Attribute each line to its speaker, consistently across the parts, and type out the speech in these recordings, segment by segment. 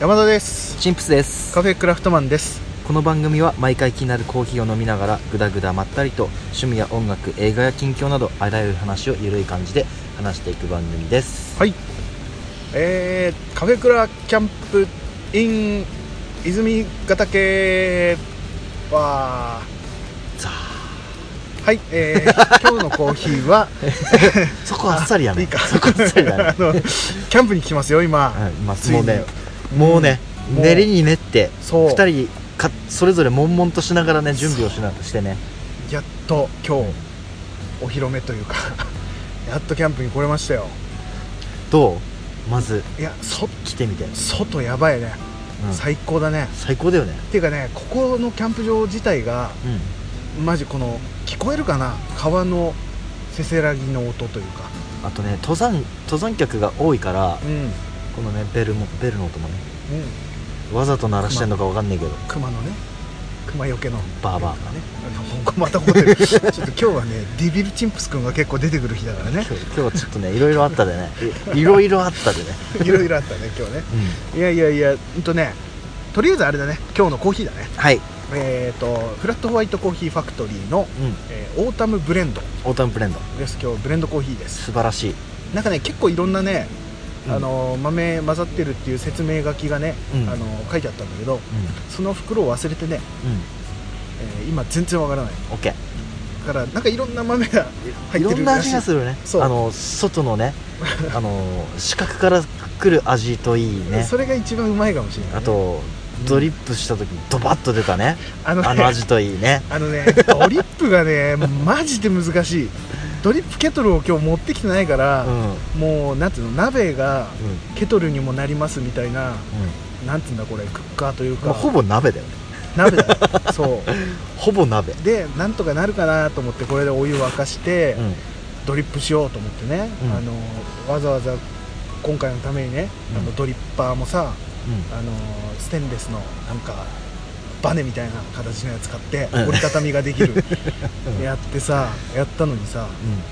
Speaker 1: 山田です
Speaker 2: チンプスです
Speaker 1: カフェクラフトマンです
Speaker 2: この番組は毎回気になるコーヒーを飲みながらぐだぐだまったりと趣味や音楽映画や近況などあらゆる話をゆるい感じで話していく番組です
Speaker 1: はいえー、カフェクラキャンプ in 泉ヶ岳は
Speaker 2: ザ
Speaker 1: はい えー、今日のコーヒーは
Speaker 2: そこあっさりやね
Speaker 1: いいか
Speaker 2: そこあっさり だ
Speaker 1: あ
Speaker 2: ね、
Speaker 1: のキャンプに来てますよ今、
Speaker 2: はい、ま
Speaker 1: つ
Speaker 2: あ
Speaker 1: いに
Speaker 2: もうねもうね
Speaker 1: もう
Speaker 2: 練りに練って
Speaker 1: そう
Speaker 2: 2人かそれぞれ悶々としながらね準備をしなしてね
Speaker 1: やっと今日お披露目というか やっとキャンプに来れましたよ
Speaker 2: どうまず
Speaker 1: いやそ
Speaker 2: 来てみて、うん、
Speaker 1: 外やばいね、最高だね
Speaker 2: 最高だよね
Speaker 1: っていうかねここのキャンプ場自体が
Speaker 2: うん
Speaker 1: マジこの聞こえるかな川のせせらぎの音というか
Speaker 2: あとね登山登山客が多いから
Speaker 1: うんうん
Speaker 2: このねベルもベルの音もねわざと鳴らしてんのかわかんないけど
Speaker 1: 熊のね熊よけの
Speaker 2: バーバーがね
Speaker 1: ほんまたここでちょっと今日 はねデビルチンプス君が結構出てくる日だから ね
Speaker 2: 今日今日はちょっとねいろいろあったでねいいろいろあったでね、
Speaker 1: いろいろあったね今日ね
Speaker 2: う
Speaker 1: いやいやいやほんとねとりあえずあれだね今日のコーヒーだね
Speaker 2: ん、はい、
Speaker 1: えっ、とフラットホワイトコーヒーファクトリーの、
Speaker 2: うん、
Speaker 1: えーオータムブレンド
Speaker 2: オータムブレンド
Speaker 1: です今日ブレンドコーヒーです
Speaker 2: 素晴らしい
Speaker 1: なんかね結構いろんなね、
Speaker 2: うん
Speaker 1: あの豆混ざってるっていう説明書きがね、
Speaker 2: うん
Speaker 1: あの書いてあったんだけど
Speaker 2: う
Speaker 1: その袋を忘れてね、
Speaker 2: んうん
Speaker 1: えー今全然わからない
Speaker 2: オッケ
Speaker 1: だからなんかいろんな豆が
Speaker 2: ー
Speaker 1: 入っ
Speaker 2: いろ
Speaker 1: てる
Speaker 2: んな
Speaker 1: らし
Speaker 2: 味
Speaker 1: い
Speaker 2: がするね
Speaker 1: そう
Speaker 2: あの外の ねあの視覚から来る味といいね
Speaker 1: それが一番うまいかもしれないね、
Speaker 2: あとドリップした時にドバッと出たね
Speaker 1: あのね
Speaker 2: あの味といいね
Speaker 1: あのね ドリップがねマジで難しいドリップケトルを今日持ってきてないか
Speaker 2: う
Speaker 1: ら、
Speaker 2: んうん
Speaker 1: もうなんていうの鍋がケトルにもなりますみたいななんていうんだこれクッカーという
Speaker 2: うんも
Speaker 1: か
Speaker 2: うほぼ鍋だよね
Speaker 1: 鍋 だよそ
Speaker 2: ほぼ鍋
Speaker 1: うでなんとかなるかなと思ってこれでお湯沸かして、
Speaker 2: うん
Speaker 1: ドリップしようと思ってね、
Speaker 2: うん
Speaker 1: あのわざわざ今回のためにね、
Speaker 2: う
Speaker 1: あ
Speaker 2: ん
Speaker 1: のドリッパーもさあのステンレスのなんかバネみたいな形のやつ買って
Speaker 2: うん
Speaker 1: 折りたたみができ る、
Speaker 2: うん
Speaker 1: やってさやったのにさ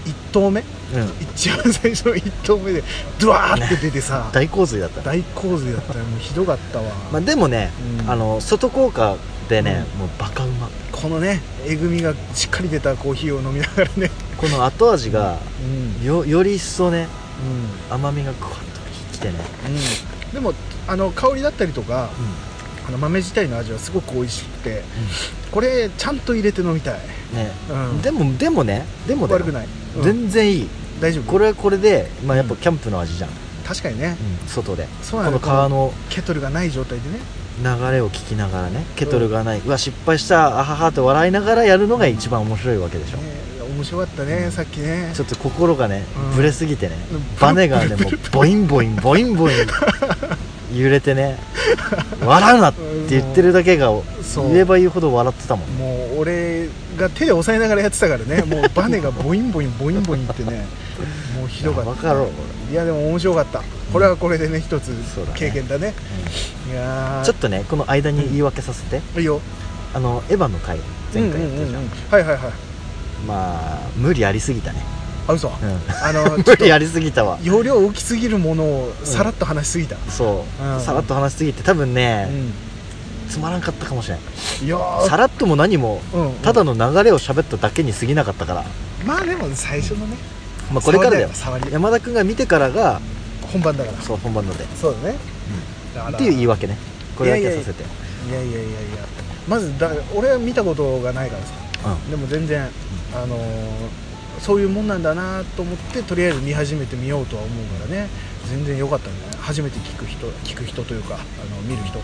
Speaker 1: 1投目
Speaker 2: うんうん
Speaker 1: 一番最初の1投目でドワーって出てさ、
Speaker 2: 大洪水だったね
Speaker 1: 大洪水だったよもうひどかったわ、
Speaker 2: まあ、でもね、
Speaker 1: うん
Speaker 2: あの外効果でね、もうバカうま
Speaker 1: このねえぐみがしっかり出たコーヒーを飲みながらね
Speaker 2: この後味が
Speaker 1: うん
Speaker 2: よより一層ね
Speaker 1: うん
Speaker 2: 甘みがグワッときてね、
Speaker 1: うんでもあの香りだったりとかあの豆自体の味はすごく美味しくてこれちゃんと入れて飲みたい、
Speaker 2: ね、
Speaker 1: うん、
Speaker 2: でもでもねでもだよ
Speaker 1: 悪くない、うん
Speaker 2: 全然いい
Speaker 1: 大丈夫
Speaker 2: これはこれで、まあ、やっぱキャンプの味じゃん、
Speaker 1: 確かにね
Speaker 2: 外で
Speaker 1: そう
Speaker 2: こ
Speaker 1: なんだ
Speaker 2: の川の
Speaker 1: ケトルがない状態でね
Speaker 2: 流れを聞きながらねケトルがない、うわ失敗したあははと笑いながらやるのが一番面白いわけでしょ、
Speaker 1: ね面白かったね、さっきね
Speaker 2: ちょっと心がね
Speaker 1: うん
Speaker 2: ぶれすぎてね、
Speaker 1: うん
Speaker 2: バネがねもうボインボインボインボイン揺れ てね笑うなって言ってるだけが
Speaker 1: そう
Speaker 2: 言えば言うほど笑ってたもんね
Speaker 1: もう俺が手で押さえながらやってたから ねもうバネがボインボインボインボインってねもうひどかった
Speaker 2: 分かろう
Speaker 1: いやでも面白かったこれはこれでね一つ
Speaker 2: そうだね
Speaker 1: 経験だねいやー
Speaker 2: ちょっとねこの間に言い訳させて、
Speaker 1: いいよ
Speaker 2: あのエヴァの回前回やったじゃん,、
Speaker 1: うんうんうんうんはいはいはい
Speaker 2: まあ無理ありすぎたね、
Speaker 1: あ嘘、
Speaker 2: うん
Speaker 1: あ のちょ
Speaker 2: 無
Speaker 1: っと
Speaker 2: 理ありすぎたわ
Speaker 1: 容量大きすぎるものをさらっと話しすぎた、
Speaker 2: そう、
Speaker 1: うん
Speaker 2: さらっと話しすぎて多分ね、
Speaker 1: う
Speaker 2: つまらんかったかもしれない
Speaker 1: ん、いやー
Speaker 2: さらっとも何も、
Speaker 1: うんうん
Speaker 2: ただの流れを喋っただけに過ぎなかったから、
Speaker 1: まあでも最初のね
Speaker 2: まあ、これからだよ
Speaker 1: 触りだよ触り
Speaker 2: 山田君が見てからが
Speaker 1: 本番だから
Speaker 2: そう本番ので、
Speaker 1: そうだねだから
Speaker 2: っていう言い訳ねこれだけはさせて
Speaker 1: いやいやいやいやまずだ俺は見たことがないからさでも全然、あのーそういうもんなんだなと思ってとりあえず見始めてみようとは思うからね全然良かったんだね初めて聞く人聞く人というかあの見る人も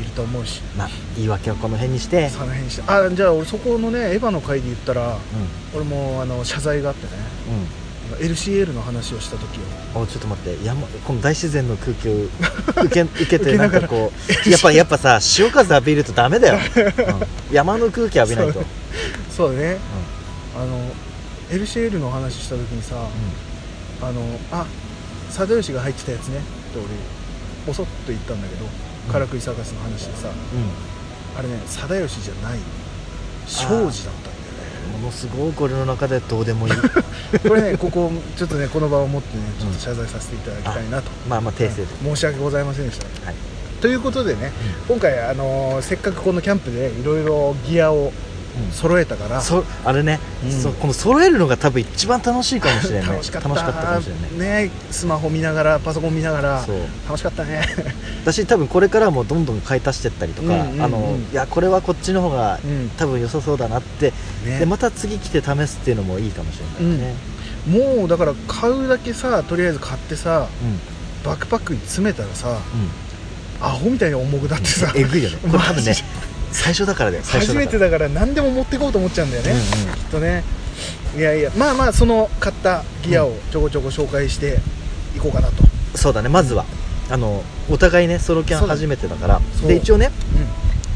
Speaker 1: いると思うし
Speaker 2: うんまあ言い訳はこの辺にして、
Speaker 1: その辺にしてあじゃあ俺そこのねエヴァの回で言ったら
Speaker 2: う
Speaker 1: 俺もあの謝罪があってね
Speaker 2: ん
Speaker 1: あの LCL の話をした時を
Speaker 2: うんおちょっと待って山この大自然の空気を受 け受け
Speaker 1: 受
Speaker 2: て
Speaker 1: け
Speaker 2: な
Speaker 1: なんがら
Speaker 2: かこうやっぱやっぱさ潮風浴びるとダメだよ、うん山の空気浴びないと、
Speaker 1: そううんそうだねあの LCL の話した時にさ、あのあサドヨシが入ってたやつねって俺ボソッと言ったんだけど「からくりサーカス」の話でさ
Speaker 2: うんうん
Speaker 1: あれね貞義じゃない庄司だったんだよね
Speaker 2: ものすごく俺の中ではどう でもいい
Speaker 1: これねここちょっとねこの場をもってねちょっと謝罪させていただきたいなと、
Speaker 2: まあまあ訂正と、
Speaker 1: 申し訳ございませんでした
Speaker 2: はい
Speaker 1: ということでね、今回、あのーせっかくこのキャンプでいろいろギアを
Speaker 2: うん
Speaker 1: 揃えたから、
Speaker 2: そあれね、
Speaker 1: うん
Speaker 2: そうこの揃えるのが多分一番楽しいかもしれない
Speaker 1: 楽しかった
Speaker 2: かもしれない
Speaker 1: ねスマホ見ながらパソコン見ながら
Speaker 2: そう
Speaker 1: 楽しかったね
Speaker 2: 私多分これからもどんどん買い足してったりとか、
Speaker 1: うんうんうん
Speaker 2: あのいやこれはこっちの方が
Speaker 1: うん
Speaker 2: 多分良さそうだなって、
Speaker 1: ね
Speaker 2: でまた次来て試すっていうのもいいかもしれないね、
Speaker 1: もうだから買うだけさとりあえず買ってさ
Speaker 2: うんうん
Speaker 1: バックパックに詰めたらさアホみたいに重くなってさ
Speaker 2: え ぐいよねこれ多分
Speaker 1: マ
Speaker 2: ね
Speaker 1: ジ
Speaker 2: 最初だからだよ最
Speaker 1: 初
Speaker 2: 初
Speaker 1: めて
Speaker 2: だ
Speaker 1: だから何でも持ってこうと思っちゃうんだよ
Speaker 2: か
Speaker 1: ね、
Speaker 2: ら
Speaker 1: きっとねいやいやまあまあその買ったギアをちょこちょこ紹介していこうかなと、
Speaker 2: うんうんそうだねまずはあのお互いねソロキャ
Speaker 1: そ
Speaker 2: ン
Speaker 1: うだ
Speaker 2: 初めてだから
Speaker 1: そう
Speaker 2: で一応ね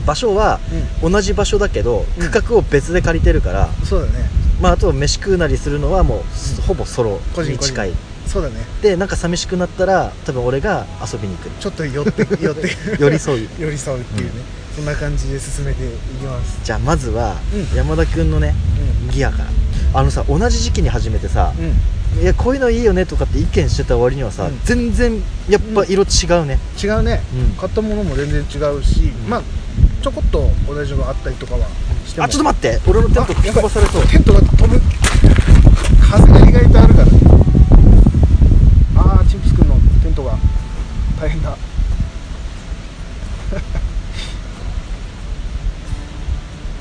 Speaker 2: 場所は
Speaker 1: うん
Speaker 2: 同じ場所だけど
Speaker 1: うん
Speaker 2: 区画を別で借りてるから、
Speaker 1: そうだね
Speaker 2: まあ、あと飯食うなりするのはもうほぼソロ
Speaker 1: 個人
Speaker 2: に近い
Speaker 1: そうだね
Speaker 2: でなんか寂しくなったら多分俺が遊びに行く
Speaker 1: ちょっと寄って寄って
Speaker 2: 寄り添う
Speaker 1: 寄り添うっていうね、そんな感じで進めていきます
Speaker 2: じゃあまずは
Speaker 1: うん
Speaker 2: 山田君のねギアからあのさ同じ時期に始めてさ
Speaker 1: うん、うん、
Speaker 2: いやこういうのいいよねとかって意見してた割にはさ、
Speaker 1: うん
Speaker 2: 全然やっぱ色違うね
Speaker 1: 違うね、
Speaker 2: うん
Speaker 1: 買ったものも全然違うし、まあちょこっと同じのがあったりとかはしても
Speaker 2: あちょっと待って俺のテント吹き飛ばされそう
Speaker 1: テントが飛ぶ風が意外とあるからああチンプス君のテントが大変だ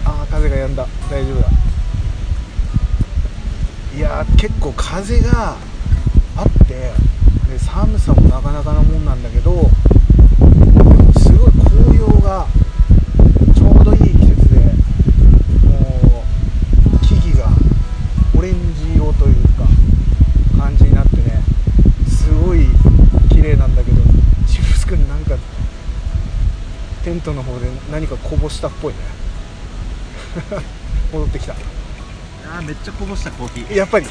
Speaker 1: ああ風が止んだ大丈夫だいやー結構風があってで寒さもなかなかなもんなんだけどすごい紅葉がちょうどいい季節でもう木々がオレンジ色というか感じになってねすごい綺麗なんだけどチフス君なんかテントの方で何かこぼしたっぽいね 戻ってきた
Speaker 2: あめっちゃこぼしたコーヒー
Speaker 1: やっぱり、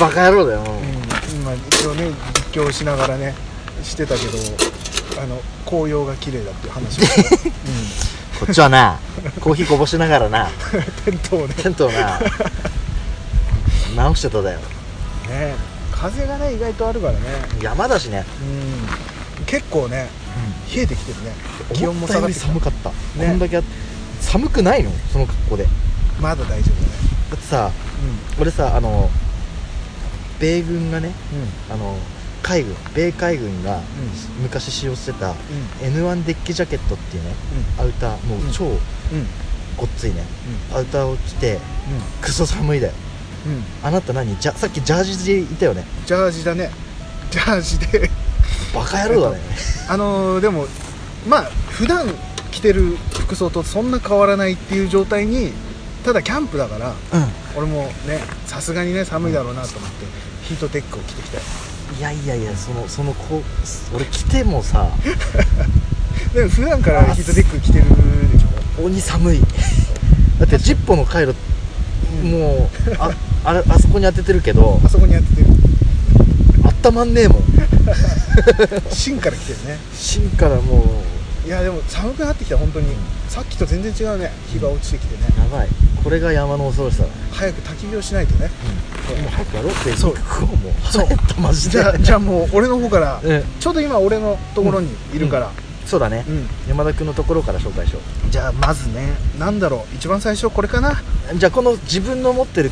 Speaker 2: バカ野郎だよ、もう
Speaker 1: うん、今一応ね実況しながらねしてたけどあの紅葉が綺麗だっていう話をして
Speaker 2: こっちはなコーヒーこぼしながらな
Speaker 1: テントをね
Speaker 2: テントをな直してただよ
Speaker 1: ね風がね意外とあるからね
Speaker 2: 山だしね
Speaker 1: うん結構ね冷えてきてるね気温も下がってきた
Speaker 2: 思ったより寒かった、
Speaker 1: ね
Speaker 2: こんだけあ寒くないのその格好でだ
Speaker 1: まだ大丈夫だね
Speaker 2: ってさ俺さあの米軍がね
Speaker 1: うんうん
Speaker 2: あの海軍米海軍が
Speaker 1: う
Speaker 2: 昔使用してた
Speaker 1: ん
Speaker 2: N1 デッキジャケットっていうねアウターもう超
Speaker 1: うんうん
Speaker 2: ごっついね、アウターを着てクソ寒いだよ
Speaker 1: うんうん
Speaker 2: あなた何じゃさっきジャージでいたよね
Speaker 1: ジャージだねジャージで
Speaker 2: バカ野郎だね、
Speaker 1: あのーでもまあ普段着てる服装とそんな変わらないっていう状態にただキャンプだから
Speaker 2: う
Speaker 1: 俺もねさすがにね寒いだろうなと思ってヒートテックを着てきたよ
Speaker 2: んいやいやいやそのそのこう俺着てもさ
Speaker 1: でも普段からヒートテック着てるでしょ
Speaker 2: 鬼寒いだってジッポの回路
Speaker 1: うん
Speaker 2: もうああれあそこに当ててるけど
Speaker 1: あそこにやっててる
Speaker 2: あったまんねえもん
Speaker 1: 芯から着てるね
Speaker 2: 芯からもう
Speaker 1: いやでも寒くなってきた本当にさっきと全然違うね日が落ちてきてね
Speaker 2: やばいこれが山の恐ろしさだね、
Speaker 1: 早く焚き火をしないとね
Speaker 2: もう早くやろうって
Speaker 1: そう
Speaker 2: 肉をもう
Speaker 1: そう
Speaker 2: 腹減ったマジ
Speaker 1: じ
Speaker 2: で
Speaker 1: ゃあじゃあもう俺の方から
Speaker 2: うん
Speaker 1: ちょうど今俺のところにいるから、
Speaker 2: そうだね、
Speaker 1: うん
Speaker 2: 山田君のところから紹介しよ
Speaker 1: じゃあまずねなんだろう一番最初これかな
Speaker 2: うじゃあこの自分の持ってる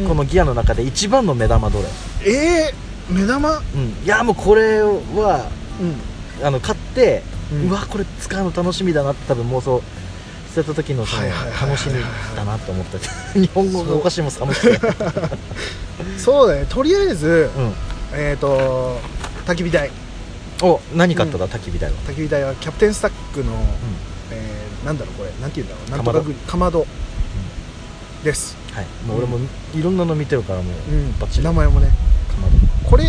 Speaker 1: うん
Speaker 2: このギアの中で一番の目玉どれ、
Speaker 1: えー、目玉
Speaker 2: うん、いやもうこれは
Speaker 1: うん
Speaker 2: あの買って、
Speaker 1: う
Speaker 2: うんわこれ使うの楽しみだなって多分妄想してた時のその
Speaker 1: はいはいはいはい
Speaker 2: 楽しみだなと思った 日本語がおかしいもん寒くて、
Speaker 1: そうだねとりあえず、
Speaker 2: うん、
Speaker 1: えっ、ー、と焚き火台
Speaker 2: お何買っただ、焚き火台は、
Speaker 1: 焚き火台はキャプテンスタックの、えーなんだろうこれなんて言うんだろうなんとかグリかまどです、
Speaker 2: はい、もう俺もいろんなの見てるからもう、
Speaker 1: うん
Speaker 2: バッチ、リ
Speaker 1: 名前もね
Speaker 2: かまど
Speaker 1: これ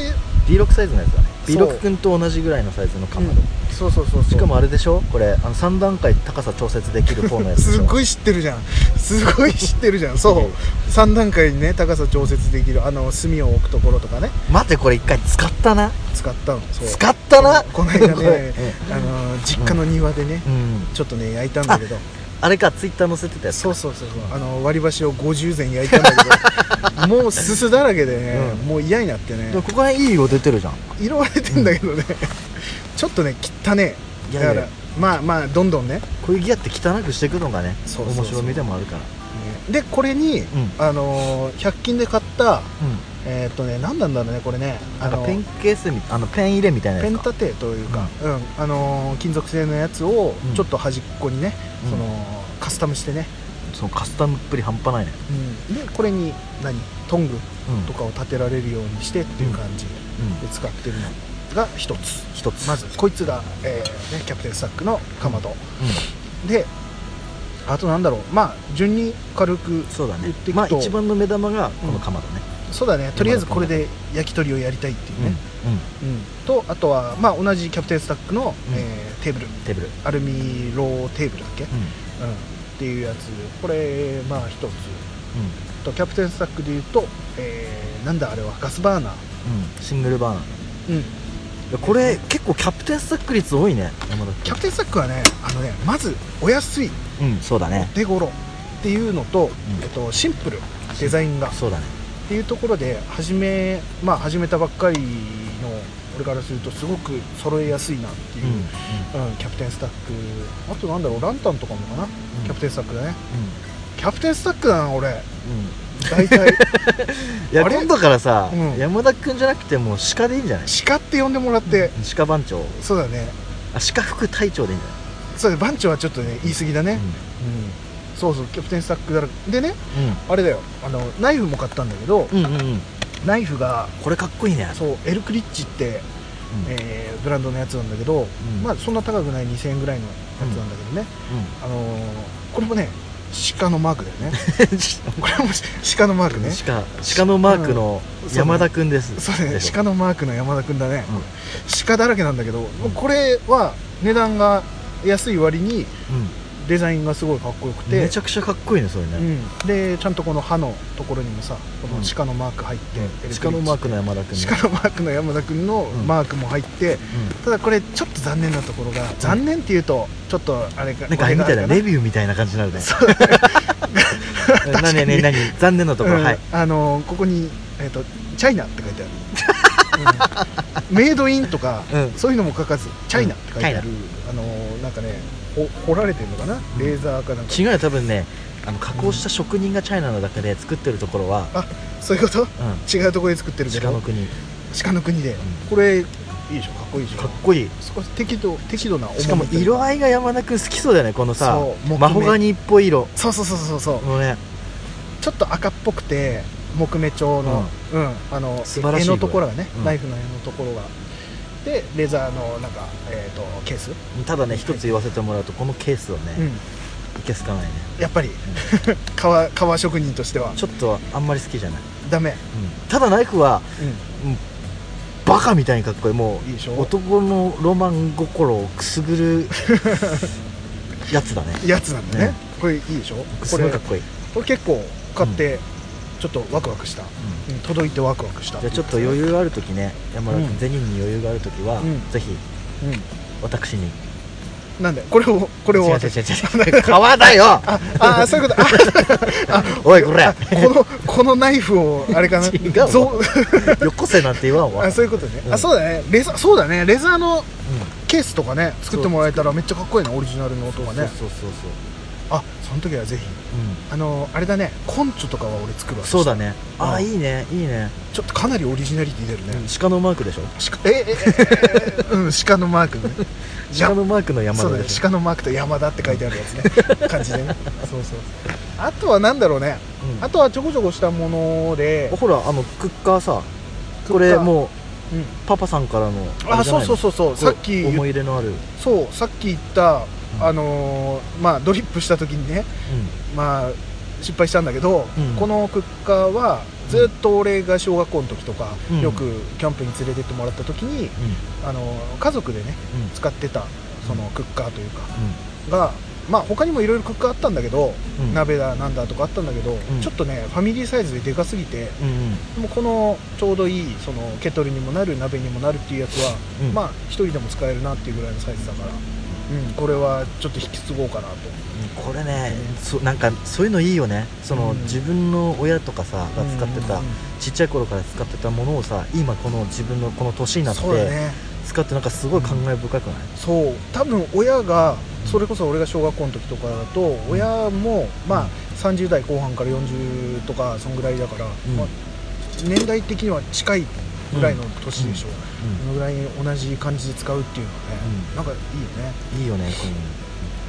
Speaker 2: B6 サイズのやつだね
Speaker 1: そう
Speaker 2: B6 君と同じぐらいのサイズのかま
Speaker 1: う
Speaker 2: ど、
Speaker 1: んそうそうそうそう
Speaker 2: しかもあれでしょこれあの3段階高さ調節できる方のやつでし
Speaker 1: す
Speaker 2: ょ
Speaker 1: ごい知ってるじゃんすごい知ってるじゃんそう3段階にね高さ調節できるあの炭を置くところとかね
Speaker 2: 待ってこれ一回使ったな
Speaker 1: 使ったのそう
Speaker 2: 使ったな
Speaker 1: この間
Speaker 2: これ
Speaker 1: ね、あのー実家の庭でね、
Speaker 2: うん
Speaker 1: ちょっとね焼いたんだけど
Speaker 2: あれかツイッター載せてたやつか
Speaker 1: そうそうそうそうあの割り箸を50膳焼いたんだけどもうすすだらけでね、
Speaker 2: うん
Speaker 1: もう嫌になってね
Speaker 2: でもここら辺いい色出てるじゃん
Speaker 1: 色は出てんだけどね、ちょっとね汚ね
Speaker 2: い
Speaker 1: だ
Speaker 2: や
Speaker 1: から
Speaker 2: いや
Speaker 1: まあまあどんどんね
Speaker 2: こういうギアって汚くしていくのがね
Speaker 1: そうそうそう
Speaker 2: 面白みでもあるから
Speaker 1: でこれに、
Speaker 2: ん
Speaker 1: あのー100均で買った
Speaker 2: うん
Speaker 1: えーっ、とね何なんだろうねこれね
Speaker 2: な
Speaker 1: あ
Speaker 2: んか
Speaker 1: の
Speaker 2: ペンケースみあのペン入れみたいな
Speaker 1: ペ
Speaker 2: やつ
Speaker 1: ン
Speaker 2: か
Speaker 1: 立てというか、うんあのー金属製のやつを
Speaker 2: うん
Speaker 1: ちょっと端っこにね、
Speaker 2: うん
Speaker 1: そのカスタムしてね、
Speaker 2: そのカスタムっぷり半端ないね
Speaker 1: でこれに何トング
Speaker 2: うん
Speaker 1: とかを立てられるようにしてっていう感じで
Speaker 2: うん
Speaker 1: 使ってるのが一つ
Speaker 2: 一つ
Speaker 1: まずこいつが、えーね、キャプテンスタックのかまどであとなんだろうまあ順に軽く
Speaker 2: うんそうだ
Speaker 1: 言
Speaker 2: ね
Speaker 1: っていくと
Speaker 2: まあ一番の目玉がこのかまどね
Speaker 1: そうだねとりあえずこれで焼き鳥をやりたいっていうね、
Speaker 2: うんうん
Speaker 1: うんとあとは、まあ、同じキャプテンスタックの、
Speaker 2: うん
Speaker 1: えーテーブル
Speaker 2: テーブル
Speaker 1: アルミローテーブルだっけ、
Speaker 2: うん
Speaker 1: うん、っていうやつこれまあ一つとキャプテンスタックでいうと、えーなんだあれはガスバーナー、
Speaker 2: うんうんシングルバーナー
Speaker 1: うん、
Speaker 2: いやこれ結構キャプテンスタック率多いね山田
Speaker 1: キャプテ
Speaker 2: テ
Speaker 1: ンスタックはねあのねまずお安い
Speaker 2: ンうんそうだね
Speaker 1: 手頃っていうのと、
Speaker 2: ん
Speaker 1: えっと、シンプルデザインがっ
Speaker 2: そうだね
Speaker 1: ていうところで始めまあ始めたばっかりの俺からするとすごく揃えやすいなっていうう、
Speaker 2: んう
Speaker 1: うんんキャプテンスタックあとなんだろうランタンとかもかな、キャプテンスタックだねキャプテンスタックだな俺
Speaker 2: うんうん
Speaker 1: 大体
Speaker 2: いや
Speaker 1: あれ
Speaker 2: 今度からさ、
Speaker 1: うん
Speaker 2: 山田君じゃなくてもう鹿でいいんじゃない
Speaker 1: 鹿って呼んでもらって
Speaker 2: 鹿番長
Speaker 1: そうだね
Speaker 2: あ鹿副隊長でいいんじ
Speaker 1: そうだね番長はちょっとね言い過ぎだね、
Speaker 2: ゃない、
Speaker 1: うんそうそうキャプテンスタックだらけでね
Speaker 2: う
Speaker 1: あれだよあのナイフも買ったんだけど、
Speaker 2: ん、うんうんうん
Speaker 1: ナイフが
Speaker 2: これかっこいいね
Speaker 1: そうエルクリッチって、
Speaker 2: うん
Speaker 1: えーブランドのやつなんだけど、
Speaker 2: ん
Speaker 1: まあそんな高くない2000円ぐらいのやつなんだけどね、
Speaker 2: う
Speaker 1: あのーこれもね鹿のマークだよね
Speaker 2: んち
Speaker 1: これも鹿のマークね
Speaker 2: 鹿鹿のマークの
Speaker 1: うんそう
Speaker 2: 山田君です
Speaker 1: そうね
Speaker 2: でしょ
Speaker 1: 鹿のマークの山田君だね、
Speaker 2: うん
Speaker 1: 鹿だらけなんだけど、もうこれは値段が安い割にデザインがすごいかっこよく
Speaker 2: うん
Speaker 1: て
Speaker 2: めちゃくちゃかっこいいねそれ
Speaker 1: う
Speaker 2: ね、
Speaker 1: ん、でちゃんとこの歯のところにもさこの鹿のマーク入って、
Speaker 2: 鹿のマークの山田君
Speaker 1: 鹿のマークの山田君の
Speaker 2: ん
Speaker 1: マークも入って、
Speaker 2: う
Speaker 1: ただこれちょっと残念なところが残念っていうとちょっとあれか
Speaker 2: んなんかあれみたいなレ
Speaker 1: ね
Speaker 2: ビューみたいな感じにな るね
Speaker 1: そう
Speaker 2: うん何何何残念なところ、はい
Speaker 1: あのここに、えっと「チャイナ」って書いてある、うんメイドインとか、
Speaker 2: うん
Speaker 1: そういうのも書かず「チャイナ」って書いてある、あのなんかねほ掘られてるのかな、レーザーかなんか
Speaker 2: 違うよ多分ねあの加工した職人がチャイナの中で作ってるところは、
Speaker 1: あそういうこと
Speaker 2: うん、
Speaker 1: 違うところで作ってるけ
Speaker 2: 鹿の
Speaker 1: ど
Speaker 2: 国
Speaker 1: 鹿の国で、これいいでしょかっこいいでしょ
Speaker 2: かっこいい
Speaker 1: 少し適度適度な重み
Speaker 2: しかも色合いが山田君好きそうだよねこのさ
Speaker 1: そう木目
Speaker 2: マホガニっぽい色
Speaker 1: そうそうそうそうそう
Speaker 2: このね
Speaker 1: ちょっと赤っぽくて木目調の、うんあの
Speaker 2: 素晴らしい
Speaker 1: 絵のところがね、
Speaker 2: うん
Speaker 1: ナイフの絵のところがでレザーのなんか、えー、とケース、
Speaker 2: ただね一つ言わせてもらうとこのケースはね、いけすかないね
Speaker 1: やっぱり 革革職人としては
Speaker 2: ちょっとあんまり好きじゃない、
Speaker 1: ダメ、
Speaker 2: ただナイフは
Speaker 1: う
Speaker 2: バカみたいにかっこいいもう
Speaker 1: いいでしょ
Speaker 2: 男のロマン心をくすぐるやつだ ね
Speaker 1: ん、やつなんだね
Speaker 2: ね
Speaker 1: これいいでしょ
Speaker 2: す
Speaker 1: こ
Speaker 2: ご
Speaker 1: れ
Speaker 2: いかっこいい、
Speaker 1: これ結構買って、ちょっとワクワクした、うん届いてワクワクした
Speaker 2: じゃあちょっと余裕ある時ね山田君、
Speaker 1: うん
Speaker 2: ゼニーに余裕がある時は、
Speaker 1: うん
Speaker 2: ぜひ
Speaker 1: う
Speaker 2: 私に
Speaker 1: ん、なんでこれをこれを
Speaker 2: 違う違う
Speaker 1: 渡す
Speaker 2: 違う違う川だよ
Speaker 1: ああーそういうことあ
Speaker 2: おいこ れ
Speaker 1: あこのこのナイフをあれかな
Speaker 2: 違うわ
Speaker 1: ぞ
Speaker 2: よこせなんて言わんわ
Speaker 1: あそういうことね、
Speaker 2: うん
Speaker 1: あそうだねレザーそうだねレザーの
Speaker 2: う
Speaker 1: ケースとかね作ってもらえたらめっちゃかっこいいなオリジナルの音が
Speaker 2: ん
Speaker 1: ね
Speaker 2: そうそうそうそう
Speaker 1: あその時はぜひ
Speaker 2: う
Speaker 1: あのあれだねコンチョとかは俺作る
Speaker 2: ん
Speaker 1: わ
Speaker 2: そうだねあ
Speaker 1: う
Speaker 2: あ
Speaker 1: ん
Speaker 2: いいねいいね
Speaker 1: ちょっとかなりオリジナリティ出るね、
Speaker 2: 鹿のマークでしょ
Speaker 1: 鹿ええええうん鹿のマークね
Speaker 2: 鹿のマークの山
Speaker 1: そう
Speaker 2: 田
Speaker 1: だね
Speaker 2: でしょ
Speaker 1: 鹿のマークと山田って書いてあるやつね感じで ねそうそうあとはなんだろうね
Speaker 2: うん
Speaker 1: あとはちょこちょこしたもので、
Speaker 2: ほらあのクッカーさ
Speaker 1: クッカー
Speaker 2: これもう
Speaker 1: うん
Speaker 2: パパさんからの
Speaker 1: あそうそう
Speaker 2: う
Speaker 1: そうそうさっき言っ
Speaker 2: 思い入れのある
Speaker 1: そうさっき言った、
Speaker 2: うん
Speaker 1: あのーまあ、ドリップした時にね、まあ、失敗したんだけど、
Speaker 2: うん
Speaker 1: このクッカーはずっと俺が小学校の時とか、
Speaker 2: うん
Speaker 1: よくキャンプに連れてってもらった時に、
Speaker 2: うん
Speaker 1: あのー家族でね
Speaker 2: うん
Speaker 1: 使ってたそのクッカーというかが、まあ、他にもいろいろクッカーあったんだけど、
Speaker 2: うん
Speaker 1: 鍋だなんだとかあったんだけど、
Speaker 2: ん
Speaker 1: ちょっとねファミリーサイズででかすぎて
Speaker 2: うんうんうん
Speaker 1: もうこのちょうどいいそのケトルにもなる鍋にもなるっていうやつは、
Speaker 2: うん
Speaker 1: まあ一人でも使えるなっていうぐらいのサイズだから。うん、これはちょっと引き継ごうかなと
Speaker 2: これね、そなんかそういうのいいよねその、
Speaker 1: うん
Speaker 2: 自分の親とかさが使ってた、
Speaker 1: うんうんうん
Speaker 2: ちっちゃい頃から使ってたものをさ今この自分のこの年になって、
Speaker 1: そうだね
Speaker 2: 使ってなんかすごい感慨深くない、
Speaker 1: そう多分親がそれこそ俺が小学校の時とかだと親もまあ30代後半から40とかそんぐらいだから、
Speaker 2: ん
Speaker 1: まあ年代的には近いぐらいの年でしょう、
Speaker 2: うん
Speaker 1: そのぐらい同じ感じで使うっていうのはね、
Speaker 2: うん
Speaker 1: なんかいいよね
Speaker 2: いいよね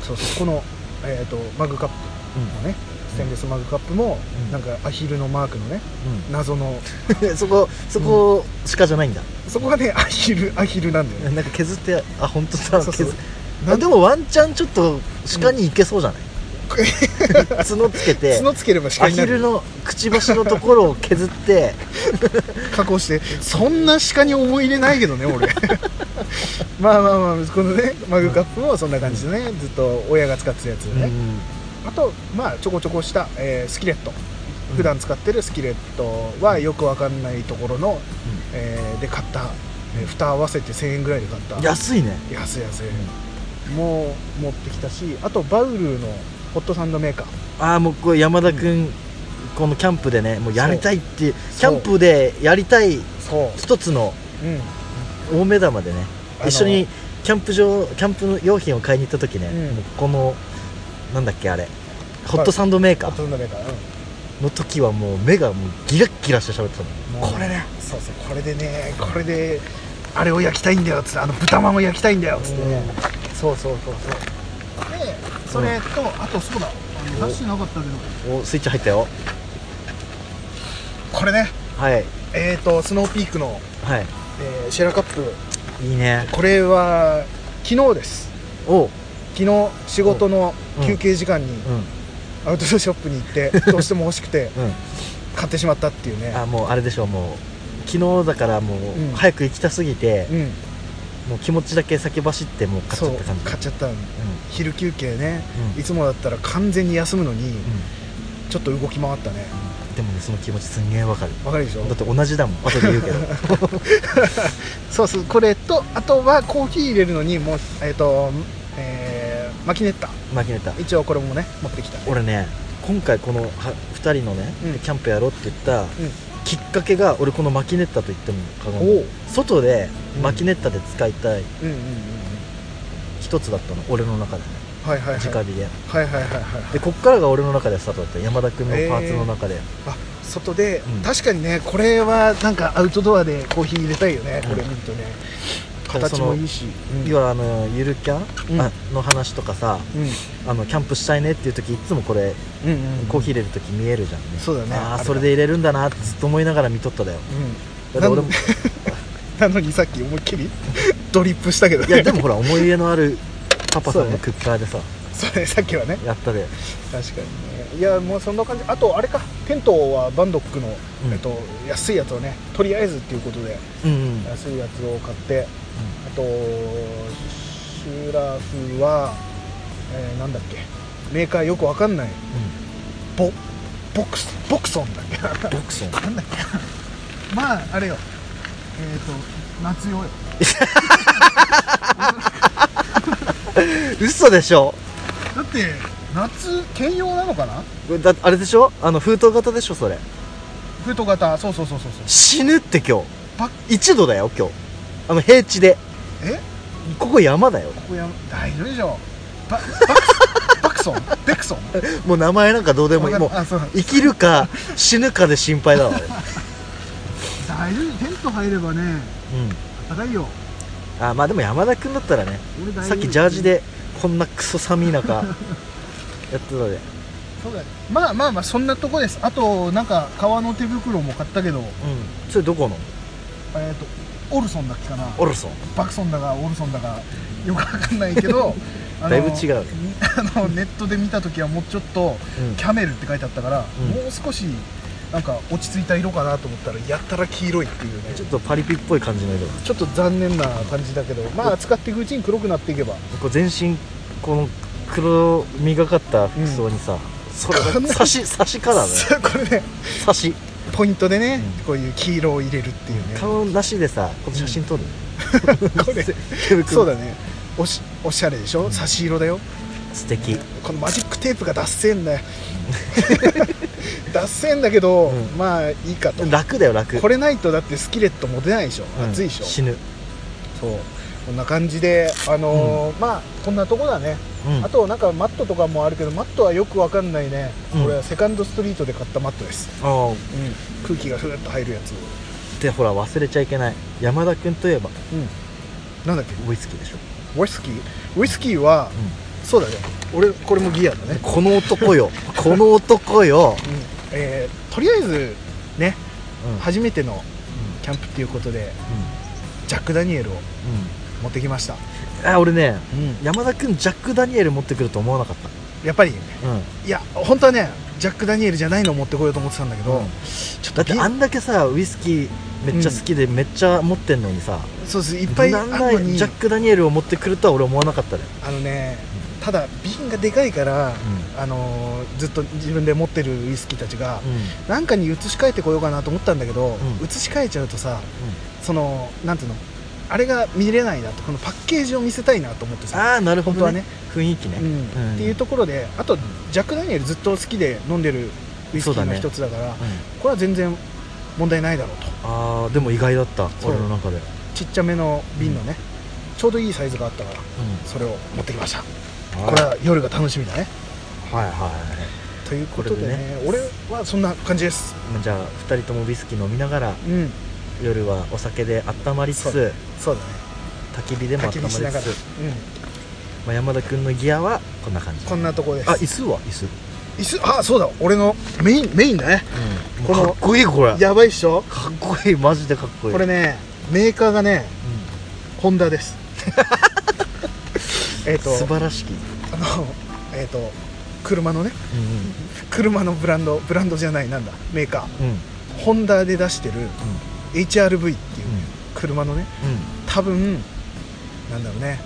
Speaker 2: こ
Speaker 1: そうそうこの、えー、とマグカッ
Speaker 2: う
Speaker 1: プもね、ステンレスマグカップも、
Speaker 2: うん
Speaker 1: なんかアヒルのマークのね
Speaker 2: の、
Speaker 1: 謎の
Speaker 2: うん そこそこしかじゃないんだ、
Speaker 1: そこがねアヒルアヒルなんだよね
Speaker 2: なんか削ってあ本当だ
Speaker 1: そうそう
Speaker 2: 削
Speaker 1: な
Speaker 2: あ
Speaker 1: ん
Speaker 2: でもワンチャンちょっと鹿に行けそうじゃ ない、角つけて
Speaker 1: 角つければ鹿
Speaker 2: ア
Speaker 1: にな
Speaker 2: ヒル
Speaker 1: る
Speaker 2: のくちばしのところを 削って
Speaker 1: 加工してそんな鹿に思い入れないけどね 俺まあまあまあこのねマグカップもそんな感じでねずっと親が使ってたやつでね、あとまあちょこちょこした、えースキレット普段使ってるスキレットはよくわかんないところの、えーで買った、えー蓋合わせて1000円ぐらいで買った
Speaker 2: 安いね
Speaker 1: 安い安い、もう持ってきたしあとバウルーのホットサンドメーカー
Speaker 2: ああもうこれ山田君、このキャンプでねもうやりたいっていうキ
Speaker 1: そ
Speaker 2: ャ
Speaker 1: う
Speaker 2: ンプでやりたい
Speaker 1: そう
Speaker 2: 一つの
Speaker 1: うん
Speaker 2: 大目玉でね
Speaker 1: あの
Speaker 2: 一緒にキャンプ場キャンプの用品を買いに行った時ね、
Speaker 1: うん
Speaker 2: もうこのなんだっけあれホットサンドメーカ
Speaker 1: ホットサ
Speaker 2: ー
Speaker 1: ンドメーカー、うん
Speaker 2: の時はもう目がもうギラッギラして喋ってたもん
Speaker 1: こ
Speaker 2: こ
Speaker 1: れ
Speaker 2: れ
Speaker 1: ねそうそうこれでねこれであれを焼きたいんだよっつってあの豚まんを焼きたいんだよっつってね、そうそうそうそうでそれと、あとそうだ出してなかったけど
Speaker 2: おスイッチ入ったよ
Speaker 1: これね
Speaker 2: はい
Speaker 1: えっ、ー、とスノーピークの、
Speaker 2: はい
Speaker 1: えーシェラカップ
Speaker 2: いいね
Speaker 1: これは昨日です
Speaker 2: おう
Speaker 1: 昨日仕事の休憩時間に
Speaker 2: うん
Speaker 1: アウトドアショップに行 ってどうしても欲しくて
Speaker 2: う
Speaker 1: 買ってしまったっていうね
Speaker 2: んあもうあれでしょうもう昨日だからも
Speaker 1: うん
Speaker 2: う早く行きたすぎて、
Speaker 1: うん
Speaker 2: もう気持ちだけ先走ってもう買っち
Speaker 1: そ
Speaker 2: ゃっ
Speaker 1: う
Speaker 2: た感じ
Speaker 1: 買っちゃ
Speaker 2: っ
Speaker 1: ったの昼休憩ね、
Speaker 2: うん
Speaker 1: いつもだったら完全に休むのに、
Speaker 2: うん、
Speaker 1: ちょっと動き回ったね
Speaker 2: うんでもねその気持ちすんげえわかる
Speaker 1: わかるでしょ
Speaker 2: だって同じだもん後で言う けど
Speaker 1: そうそうこれとあとはコーヒー入れるのにもうえっ、と、えーマキネッタ
Speaker 2: 巻きネタ
Speaker 1: 一応これもね持ってきたね
Speaker 2: 俺ね今回このは2人のね、
Speaker 1: うん
Speaker 2: キャンプやろうって言った
Speaker 1: うん
Speaker 2: きっかけが俺このマキネッタと言っても過言
Speaker 1: お
Speaker 2: で
Speaker 1: う
Speaker 2: 外で
Speaker 1: うん
Speaker 2: マキネッタで使いたい
Speaker 1: うんうんうんうん
Speaker 2: 一つだったの俺の中でね
Speaker 1: はいはいはい
Speaker 2: 直火で
Speaker 1: はいはいはいはいはい
Speaker 2: でこっからが俺の中でスタートだった山田君のパーツの中で、
Speaker 1: あ外で、
Speaker 2: うん
Speaker 1: 確かにねこれはなんかアウトドアでコーヒー入れたいよね、
Speaker 2: うん
Speaker 1: これ見るとね
Speaker 2: だからそ
Speaker 1: 形
Speaker 2: の
Speaker 1: もいいし、うん
Speaker 2: 要はあのゆるキャ
Speaker 1: うん
Speaker 2: ン、あの話とかさ
Speaker 1: う
Speaker 2: あのキャンプしたいねっていう時いつもこれ
Speaker 1: んうんうん
Speaker 2: コーヒー入れる時見えるじゃんね、
Speaker 1: そうだね
Speaker 2: あ
Speaker 1: あ
Speaker 2: あ
Speaker 1: れ
Speaker 2: それで入れるんだなってずっと思いながら見とっただよだって俺も
Speaker 1: なのにさっき思いっきり ドリップしたけど
Speaker 2: い
Speaker 1: ね
Speaker 2: やでもほら思い入れのあるパパ
Speaker 1: そ
Speaker 2: さん
Speaker 1: うね
Speaker 2: のクッカーでさ、
Speaker 1: それさっきはね
Speaker 2: やったで
Speaker 1: 確かにねいやもうそんな感じあとあれかテントはバンドックの、
Speaker 2: うん
Speaker 1: えっと、安いやつをねとりあえずっていうことで
Speaker 2: うんうん
Speaker 1: 安いやつを買って、あとシュラフは、えーなんだっけメーカーよくわかんないボボクスボクソンだっけ
Speaker 2: ボクソン
Speaker 1: なんだっけまああれよえっ、と夏用よ
Speaker 2: 嘘でしょ
Speaker 1: だって夏兼用なのかな
Speaker 2: だあれでしょあの封筒型でしょそれ
Speaker 1: 封筒型そうそうそうそうそう
Speaker 2: 死ぬって今
Speaker 1: パッ
Speaker 2: 日1度だよ今日あの平地で
Speaker 1: え
Speaker 2: ここ山だよ
Speaker 1: ここや大丈夫でし ょババクソンバクソンベクソン
Speaker 2: もう名前なんかどうでもいい
Speaker 1: わ
Speaker 2: もう
Speaker 1: かんあそう
Speaker 2: 生きるか死ぬかで心配だわ俺 う
Speaker 1: 大丈夫テント入ればね
Speaker 2: ん
Speaker 1: 高いよ
Speaker 2: あまあでも山田君だったらね
Speaker 1: 俺大丈夫
Speaker 2: さっきジャージでこんなクソ寒い中やってたで
Speaker 1: そうだねまあまあまあそんなとこですあとなんか革の手袋も買ったけど
Speaker 2: うんそれどこの
Speaker 1: えっ、とオルソンだっけかな
Speaker 2: オルソン
Speaker 1: バクソンだかオルソンだかよくわかんないけ どあの
Speaker 2: だいぶ違うね
Speaker 1: あのネットで見た時はもうちょっと
Speaker 2: うん
Speaker 1: キャメルって書いてあったから、
Speaker 2: うん
Speaker 1: もう少しなんか落ち着いた色かなと思ったらやったら黄色いっていうね
Speaker 2: ちょっとパリピっぽい感じの色だ
Speaker 1: ちょっと残念な感じだけどまあ使っていくうちに黒くなっていけば
Speaker 2: こう全身この黒みがかった服装にさ、そ れ
Speaker 1: かな
Speaker 2: が
Speaker 1: り
Speaker 2: 差し差しカラーだよ
Speaker 1: そう これね
Speaker 2: 差し
Speaker 1: ポイントでね、
Speaker 2: うん
Speaker 1: こういう黄色を入れるっていうね
Speaker 2: 顔なしでさこの写真撮る、
Speaker 1: これ
Speaker 2: 手袋
Speaker 1: そうだねおしおしゃれでしょ差し色だよ
Speaker 2: 素敵
Speaker 1: このマジックテープが脱線 だよ脱線だけど、
Speaker 2: うん
Speaker 1: まあいいかと
Speaker 2: 楽だよ楽
Speaker 1: こ
Speaker 2: れ
Speaker 1: れないとだってスキレット持てないでしょ、熱いでしょ
Speaker 2: 死ぬ
Speaker 1: そうこんな感じであのーまあこんなとこだね、
Speaker 2: うん
Speaker 1: あとなんかマットとかもあるけどマットはよくわかんないね、
Speaker 2: うん
Speaker 1: これはセカンドストリートで買ったマットです、
Speaker 2: ああ
Speaker 1: 空気がふーっと入るやつ、
Speaker 2: でほら忘れちゃいけない山田君といえば
Speaker 1: うん、なんだっけ
Speaker 2: ウイスキーでしょ、
Speaker 1: ウイスキーウイスキーは、そうだね俺これもギアだね、
Speaker 2: この男 よこの男よ、
Speaker 1: うんえーとりあえずね
Speaker 2: うん
Speaker 1: 初めてのキャンプっていうことでジャック・ダニエルを持ってきました、
Speaker 2: うんあ俺ね
Speaker 1: うん
Speaker 2: 山田君ジャック・ダニエル持ってくると思わなかっ
Speaker 1: やっぱり
Speaker 2: た、うん、
Speaker 1: いや本当はねジャック・ダニエルじゃないのを持ってこようと思ってたんだけど、
Speaker 2: うん
Speaker 1: ちょっ
Speaker 2: だ
Speaker 1: と
Speaker 2: って
Speaker 1: ビ
Speaker 2: あんだけさウイスキーめっちゃ好きでめっちゃ持ってんのにさ、
Speaker 1: そうですいっぱいあ
Speaker 2: なん
Speaker 1: る
Speaker 2: だ
Speaker 1: の
Speaker 2: よ
Speaker 1: に
Speaker 2: ジャック・ダニエルを持ってくるとは俺思わなかったね
Speaker 1: あのねただ瓶がでかいから、
Speaker 2: ん
Speaker 1: あのーずっと自分で持ってるウイスキーたちが、なんかに移し替えてこようかなと思ったんだけど、
Speaker 2: うん
Speaker 1: 移し替えちゃうとさそのなんていうのあれが見れないなとこのパッケージを見せたいなと思ってさ、
Speaker 2: ああなるほ
Speaker 1: 本当
Speaker 2: ど
Speaker 1: は
Speaker 2: ね
Speaker 1: ね
Speaker 2: 雰囲気ね、
Speaker 1: うん
Speaker 2: うん
Speaker 1: っていうところであとジャック・ダニエルずっと好きで飲んでるウイスキ
Speaker 2: そうだ
Speaker 1: ーの
Speaker 2: ね
Speaker 1: 一つだから
Speaker 2: うん
Speaker 1: これは全然問題ないだろうと
Speaker 2: ああでも意外だった
Speaker 1: そう
Speaker 2: 俺の中で、
Speaker 1: ちっちゃめの瓶のね、ちょうどいいサイズがあったからそれを持ってきましたこれ
Speaker 2: は
Speaker 1: は夜が楽しみだね
Speaker 2: いはいは
Speaker 1: ということでね俺はそんな感じです
Speaker 2: いじゃあ2人ともウイスキー飲みながら
Speaker 1: うん
Speaker 2: 夜はお酒で温まりつ
Speaker 1: そ
Speaker 2: つ
Speaker 1: そうだね
Speaker 2: 焚き火でも温ま
Speaker 1: 焚
Speaker 2: り
Speaker 1: き
Speaker 2: つ
Speaker 1: 火しながら、う
Speaker 2: つ、
Speaker 1: ん、
Speaker 2: まあ、山田君のギアはこんな感じ
Speaker 1: こんなとこです
Speaker 2: あ椅子は椅子、
Speaker 1: 椅子あそうだ俺のメインメインだね
Speaker 2: こ
Speaker 1: こ
Speaker 2: の
Speaker 1: の
Speaker 2: かっこいいこれ
Speaker 1: やばいっしょ
Speaker 2: かっこいいマジでかっこいい
Speaker 1: これ
Speaker 2: ね、
Speaker 1: ねメーカーがね
Speaker 2: うん
Speaker 1: ホンダですえっと
Speaker 2: 素晴らしき、
Speaker 1: あのえっ、と車のね
Speaker 2: う
Speaker 1: 車のブランドブランドじゃないなんだメーカ
Speaker 2: んうんうん
Speaker 1: ーホンダで出してる HRV っていう車のね
Speaker 2: うん
Speaker 1: 多分なんだろうね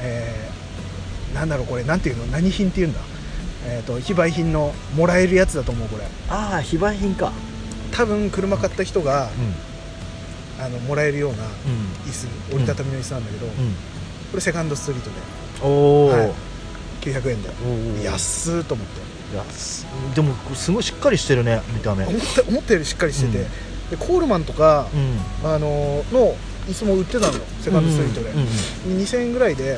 Speaker 1: えー、なんだろうこれなんていうの何品っていうんだえっ、と非売品のもらえるやつだと思うこれ
Speaker 2: ああ非売品か
Speaker 1: 多分車買った人が
Speaker 2: う
Speaker 1: あのもらえるようなん椅子折りたたみの椅子なんだけど、これセカンドストリート
Speaker 2: うんおお、
Speaker 1: はいで900円で
Speaker 2: おー
Speaker 1: 安っと思って
Speaker 2: いやすでもすごいしっかりしてるね見た目
Speaker 1: 思った思ったよりしっかりしてて、
Speaker 2: うん
Speaker 1: でコールマンとか、
Speaker 2: ん
Speaker 1: あのーの椅子も売ってたのセカンドストリートで、
Speaker 2: うんうん
Speaker 1: 2000円ぐらいで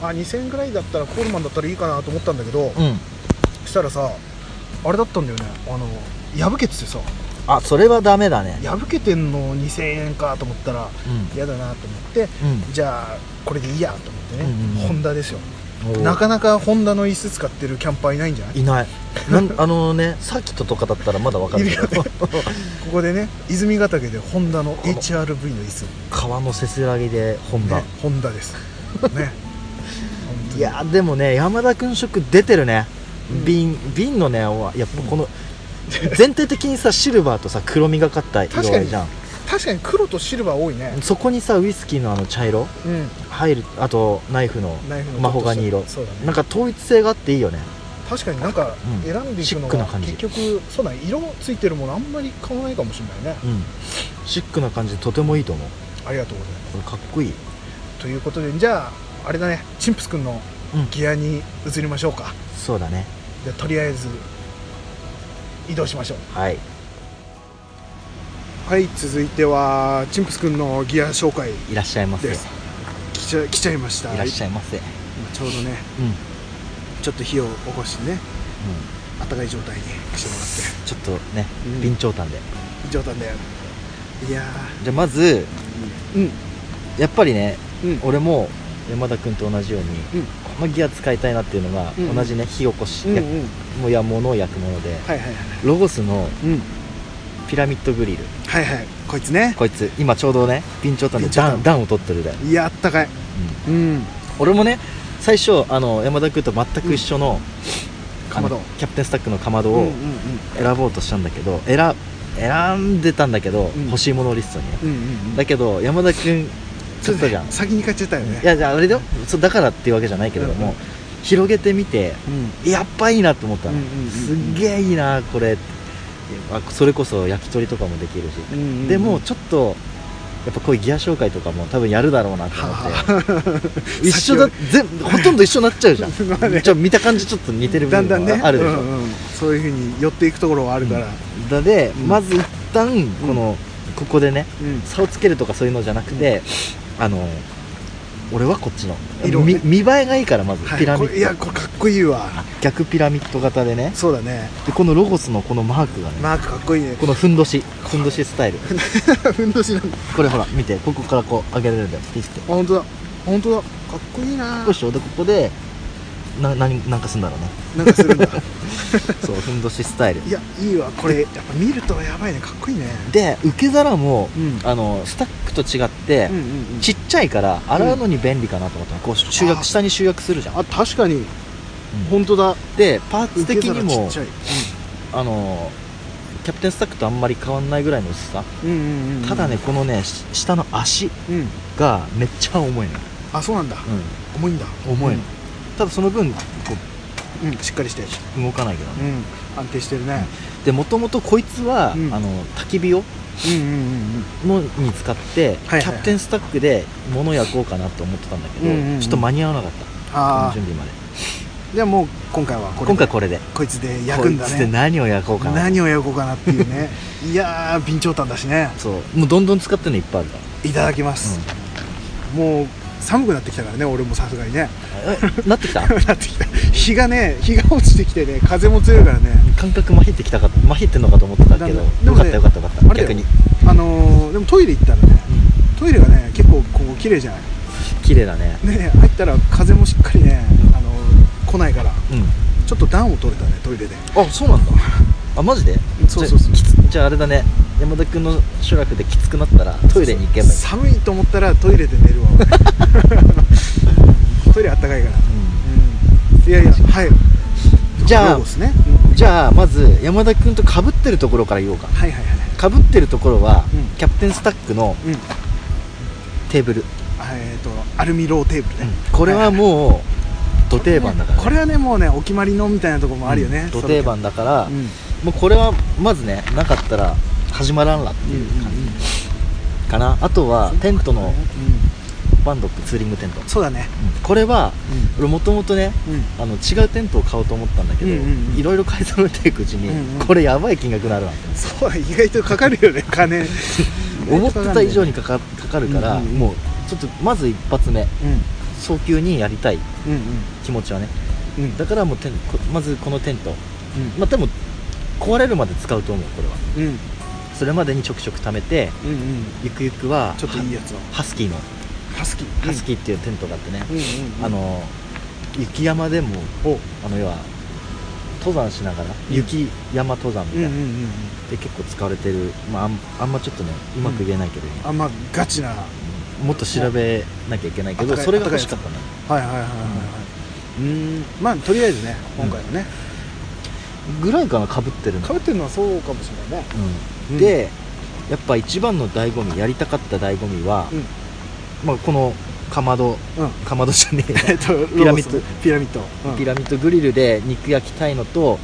Speaker 1: あ2000円ぐらいだったらコールマンだったらいいかなと思ったんだけど、
Speaker 2: うん、うん
Speaker 1: したらさあれだったんだよねあの破けててさ
Speaker 2: あそれはダメだね
Speaker 1: 破けてんの2000円かと思ったら
Speaker 2: う
Speaker 1: 嫌だなと思って、
Speaker 2: うん
Speaker 1: じゃあこれでいいやと思ってね、
Speaker 2: うんうんうん
Speaker 1: ホンダですよ
Speaker 2: んおー
Speaker 1: なかなかホンダの椅子使ってるキャンパーいないんじゃない
Speaker 2: いないなんあのねサーキットとかだったらまだわかるけど
Speaker 1: いるよね ここでね泉ヶ岳でホンダの HRV の椅子
Speaker 2: 川のせせらぎでホンダ、
Speaker 1: ねホンダですね
Speaker 2: いやでもね山田君色出てるね、
Speaker 1: うん
Speaker 2: 瓶瓶のねやっぱこの、全体的にさシルバーとさ黒みがかった色
Speaker 1: 確かに
Speaker 2: じゃん
Speaker 1: 確かに黒とシルバー多いね
Speaker 2: そこにさウイスキーのあの茶色
Speaker 1: うん
Speaker 2: 入るあとナイフの
Speaker 1: ナイフの
Speaker 2: マホガニ色
Speaker 1: そうだね
Speaker 2: なんか統一性があっていいよね
Speaker 1: 確かになんか
Speaker 2: うん
Speaker 1: 選んでいくの
Speaker 2: シックな
Speaker 1: が
Speaker 2: 感じ
Speaker 1: 結局そうだね色ついてるものあんまり買わないかもしれないね
Speaker 2: うんシックな感じでとてもいいと思う
Speaker 1: ありがとうございま
Speaker 2: これかっこいい
Speaker 1: すということでじゃああれだねチンプスくんの
Speaker 2: うん
Speaker 1: ギアに移りましょうか
Speaker 2: そうだね
Speaker 1: じゃあとりあえず移動しましょう
Speaker 2: はい
Speaker 1: はい続いてはチンプスくんのギア紹介
Speaker 2: いらっしゃいませ
Speaker 1: で
Speaker 2: い
Speaker 1: す来ちゃ来ちゃいました
Speaker 2: らっしゃいませうん
Speaker 1: 今ちょうどねちょっと火を起こしてね暖かい状態にしても
Speaker 2: ちょっとね
Speaker 1: うん
Speaker 2: 備長炭で
Speaker 1: らって状態だよいや
Speaker 2: じゃあまず
Speaker 1: ーうん
Speaker 2: やっぱりね
Speaker 1: うん
Speaker 2: 俺も山田君と同じように
Speaker 1: うん
Speaker 2: このギア使いたいなっていうのが
Speaker 1: うん
Speaker 2: 同じね火起こし
Speaker 1: うんう
Speaker 2: や
Speaker 1: ん
Speaker 2: もや物を焼くもので
Speaker 1: はいはいはい
Speaker 2: ロゴスの
Speaker 1: うん
Speaker 2: ピラミッドグリル
Speaker 1: はいはいこいつね
Speaker 2: こいつ今ちょうどね備長炭で
Speaker 1: 備長炭
Speaker 2: 暖暖を取ってるで
Speaker 1: いやあったかいうん
Speaker 2: 俺もね最初あの山田君と全く一緒の,あ
Speaker 1: かま
Speaker 2: の、
Speaker 1: ど
Speaker 2: キャプテンスタックのかまど
Speaker 1: うんうんう
Speaker 2: を
Speaker 1: ん
Speaker 2: 選ぼうとしたんだけど選選んでたんだけど、
Speaker 1: ん
Speaker 2: 欲しいものリストにね
Speaker 1: うんうん
Speaker 2: だけど山田君ちょっとじゃん、
Speaker 1: そうね先に買っちゃったよね
Speaker 2: いやじゃああれだよそうだからっていうわけじゃないけれども、
Speaker 1: うん
Speaker 2: 広げてみて
Speaker 1: うん
Speaker 2: やっぱいいなと思ったの、
Speaker 1: うんうんうんうん
Speaker 2: すっげえいいなこれあそれこそ焼き鳥とかもできるし、
Speaker 1: うんうんうん
Speaker 2: でもちょっとやっぱこういうギア紹介とかも多分やるだろうなと思 って
Speaker 1: は
Speaker 2: 一緒だ全部ほとんど一緒になっちゃうじゃん
Speaker 1: まあね
Speaker 2: ちょ見た感じちょっと似てる
Speaker 1: あ、
Speaker 2: 部
Speaker 1: だんだ
Speaker 2: 分
Speaker 1: んね
Speaker 2: があるでしょ
Speaker 1: うんうんそういうふうに寄っていくところはあるから、
Speaker 2: だで、
Speaker 1: うん
Speaker 2: まず一旦この、ここでね
Speaker 1: うん
Speaker 2: 差をつけるとかそういうのじゃなくて、あの俺はこっちの
Speaker 1: 色ね
Speaker 2: み見栄えがいいからまず、
Speaker 1: はい
Speaker 2: ピラミ
Speaker 1: これいや
Speaker 2: ッド
Speaker 1: これかっこいいわ
Speaker 2: 逆ピラミッド型でね
Speaker 1: そうだね
Speaker 2: でこのロゴスのこのマークがね、
Speaker 1: マークかっこい いね
Speaker 2: このふんどしふんどしスタイル
Speaker 1: ふんどしなんだ
Speaker 2: これほら見てここからこう上げられるんだよピッて
Speaker 1: あ本当だ本当だかっこいいな
Speaker 2: どうしようでここでな何なんかすんだろう
Speaker 1: な
Speaker 2: ね
Speaker 1: んかす るんだ
Speaker 2: そうふんどしスタイル
Speaker 1: いやいいわこれやっぱ見るとやばいねかっこいいね
Speaker 2: で受け皿も、
Speaker 1: うん
Speaker 2: あのスタックと違って、
Speaker 1: うんうんうん
Speaker 2: ちっちゃいから洗うのに便利かなと思ったのこう集
Speaker 1: あ
Speaker 2: 約下に集約するじゃん
Speaker 1: あ確かに本当だ
Speaker 2: でパーツ的
Speaker 1: 受け
Speaker 2: に
Speaker 1: 皿ち
Speaker 2: も
Speaker 1: っちゃい
Speaker 2: あのキャプテンスタックとあんまり変わんないぐらいの薄さ、
Speaker 1: うんうんうんうん
Speaker 2: ただねこのねし下の足
Speaker 1: うん
Speaker 2: がめっちゃ重いの、
Speaker 1: あそうなんだ重いんだ
Speaker 2: 重いの、ただその分こ
Speaker 1: うんうんしっかりして
Speaker 2: う動かないけど
Speaker 1: う
Speaker 2: ね、
Speaker 1: ん安定してるね
Speaker 2: でもともとこいつは、
Speaker 1: うん
Speaker 2: あの焚き火を
Speaker 1: うんうん
Speaker 2: のに使って、
Speaker 1: はいはいはい
Speaker 2: キャプテンスタックで物焼こうかなと思ってたんだけど、
Speaker 1: うんうんうん
Speaker 2: ちょっと間に合わなかっ
Speaker 1: あ
Speaker 2: た
Speaker 1: あ
Speaker 2: 準備まで
Speaker 1: じゃあもう今回はこれ
Speaker 2: 今回これで
Speaker 1: こいつで焼くんだ
Speaker 2: こいつで
Speaker 1: ね
Speaker 2: 何を焼こうかな
Speaker 1: 何を焼こうかなっていう ねいやー備長炭だしね
Speaker 2: そうもうどんどん使ってるのいっぱいあるか
Speaker 1: いただきますもう寒くなってきたからね俺もさすがにね
Speaker 2: ら、えなってきた
Speaker 1: なってきた 日がね日が落ちてきてね風も強いからね
Speaker 2: 感覚まひってきたかまひってんのかと思ってたけ
Speaker 1: だんだん
Speaker 2: ど
Speaker 1: で
Speaker 2: よ
Speaker 1: も
Speaker 2: かっ
Speaker 1: ね
Speaker 2: たよかったよかっ
Speaker 1: あれ
Speaker 2: た
Speaker 1: だよ
Speaker 2: 逆に
Speaker 1: あのーでもトイレ行ったらねトイレがね結構こう綺麗じゃない
Speaker 2: 綺麗だね
Speaker 1: ね入ったら風もしっかりね、あの来ないから
Speaker 2: うん
Speaker 1: ちょっと暖を取れたねトイレで
Speaker 2: あそうなんだあマジで
Speaker 1: そうそうそう
Speaker 2: じゃあきつじゃああれだね山田君の集落できつくなったらトイレに行けばいい、
Speaker 1: 寒いと思ったらトイレで寝るわ俺 トイレあったかいから、うん、いやいやはい
Speaker 2: じゃあ
Speaker 1: そうですね、
Speaker 2: うんじゃあまず山田君とかぶってるところから言おうか
Speaker 1: はいはいはい
Speaker 2: かぶってるところは、
Speaker 1: うん
Speaker 2: キャプテンスタックの
Speaker 1: うん
Speaker 2: テーブル、
Speaker 1: あえっ、とアルミローテーブルね、
Speaker 2: これは
Speaker 1: も
Speaker 2: もうド定番だから、ね、
Speaker 1: これはねもうねお決まりのみたいなところもあるよね、
Speaker 2: ド定番だから、
Speaker 1: それうん
Speaker 2: もうこれはまずねなかったら始まらんらって
Speaker 1: うん
Speaker 2: いう感じかな、あとはテント
Speaker 1: うん
Speaker 2: の
Speaker 1: うん
Speaker 2: バンドップツーリングテント、
Speaker 1: そうだね
Speaker 2: これは
Speaker 1: う
Speaker 2: 俺もともと
Speaker 1: ん、
Speaker 2: ね
Speaker 1: うん
Speaker 2: あの違うテントを買おうと思ったんだけど、
Speaker 1: うんうんうん
Speaker 2: いろいろ買い揃えていくうちに、
Speaker 1: うんうん
Speaker 2: これやばい金額になるわって
Speaker 1: そう意外とかかるよね 金
Speaker 2: 思ってた以上
Speaker 1: に
Speaker 2: にかかかかるから、
Speaker 1: うんうんうん
Speaker 2: もうちょっとまず一発目
Speaker 1: う
Speaker 2: 早急にやりたい
Speaker 1: んうん
Speaker 2: 気持ちはね
Speaker 1: うんうん
Speaker 2: だからもうテンこまずこのテント
Speaker 1: う
Speaker 2: まあでも壊れるまで使うと思うこれは
Speaker 1: んうん
Speaker 2: それまでにちょくちょく貯めて
Speaker 1: うんうん
Speaker 2: ゆくゆくは
Speaker 1: ちょっといいやつを
Speaker 2: ハスキーの
Speaker 1: ハスキー
Speaker 2: ハスキーっていうテントがあってね、
Speaker 1: うんうんうん
Speaker 2: あの雪山でも
Speaker 1: お
Speaker 2: あの要は登山しながら雪山登山みた
Speaker 1: うん
Speaker 2: いな、
Speaker 1: うんうんうん
Speaker 2: で結構使われてる、まあ、あんあんまちょっとねうまく言えないけど、
Speaker 1: あんまガチなはい
Speaker 2: うんもっと調べなきゃいけないけど
Speaker 1: あ高い
Speaker 2: それが欲しかったの
Speaker 1: はいはいはいはいうんまあとりあえずね今回はね
Speaker 2: ぐらいかなかぶってるの
Speaker 1: か、ぶってるのはそうかもしれないね
Speaker 2: うんでやっぱ一番の醍醐味やりたかった醍醐味は、
Speaker 1: う
Speaker 2: まあ、このかまど
Speaker 1: んうん
Speaker 2: かまどじゃねえや
Speaker 1: えっと
Speaker 2: ピラミッド
Speaker 1: ロースピラミッドうん
Speaker 2: ピラミッドグリルで肉焼きたいのと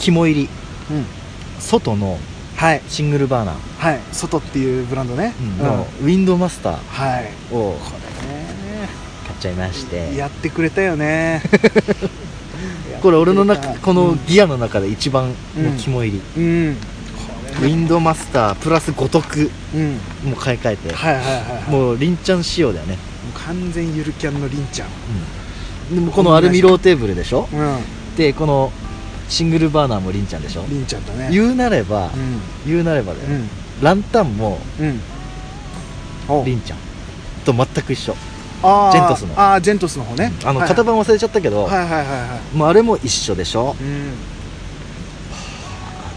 Speaker 2: 肝入り
Speaker 1: うんうん
Speaker 2: 外の
Speaker 1: はい
Speaker 2: シングルバーナ
Speaker 1: はい外っていうブランドねう
Speaker 2: ー
Speaker 1: ん
Speaker 2: のウィンドマスタ
Speaker 1: はい
Speaker 2: ーを
Speaker 1: これね
Speaker 2: 買っちゃいまして
Speaker 1: やってくれたよ ね
Speaker 2: これ俺の中
Speaker 1: やってくれた
Speaker 2: このギアの中で一番の肝入り、
Speaker 1: うん、うんこ
Speaker 2: ウ
Speaker 1: れね
Speaker 2: ィンドマスタープラス五徳
Speaker 1: うん
Speaker 2: もう買い替えて、
Speaker 1: はいはいはいはいもう
Speaker 2: もうりんちゃん仕様だよね、
Speaker 1: 完全ゆるキャンのりんちゃん
Speaker 2: でもこのアルミローテーブルでしょ
Speaker 1: う
Speaker 2: でこのシングルバーナーもりんちゃんでしょ
Speaker 1: んりんちゃんだね
Speaker 2: 言うなれば、
Speaker 1: うん
Speaker 2: 言うなればだよ、
Speaker 1: うん
Speaker 2: ランタンも
Speaker 1: うんお
Speaker 2: りんちゃんと全く一緒
Speaker 1: あー
Speaker 2: ジェントスの
Speaker 1: ああジェントスの方ね
Speaker 2: あの
Speaker 1: はい
Speaker 2: 型番忘れちゃったけど、
Speaker 1: はいはいはいは
Speaker 2: もうあれも一緒でしょ
Speaker 1: いうん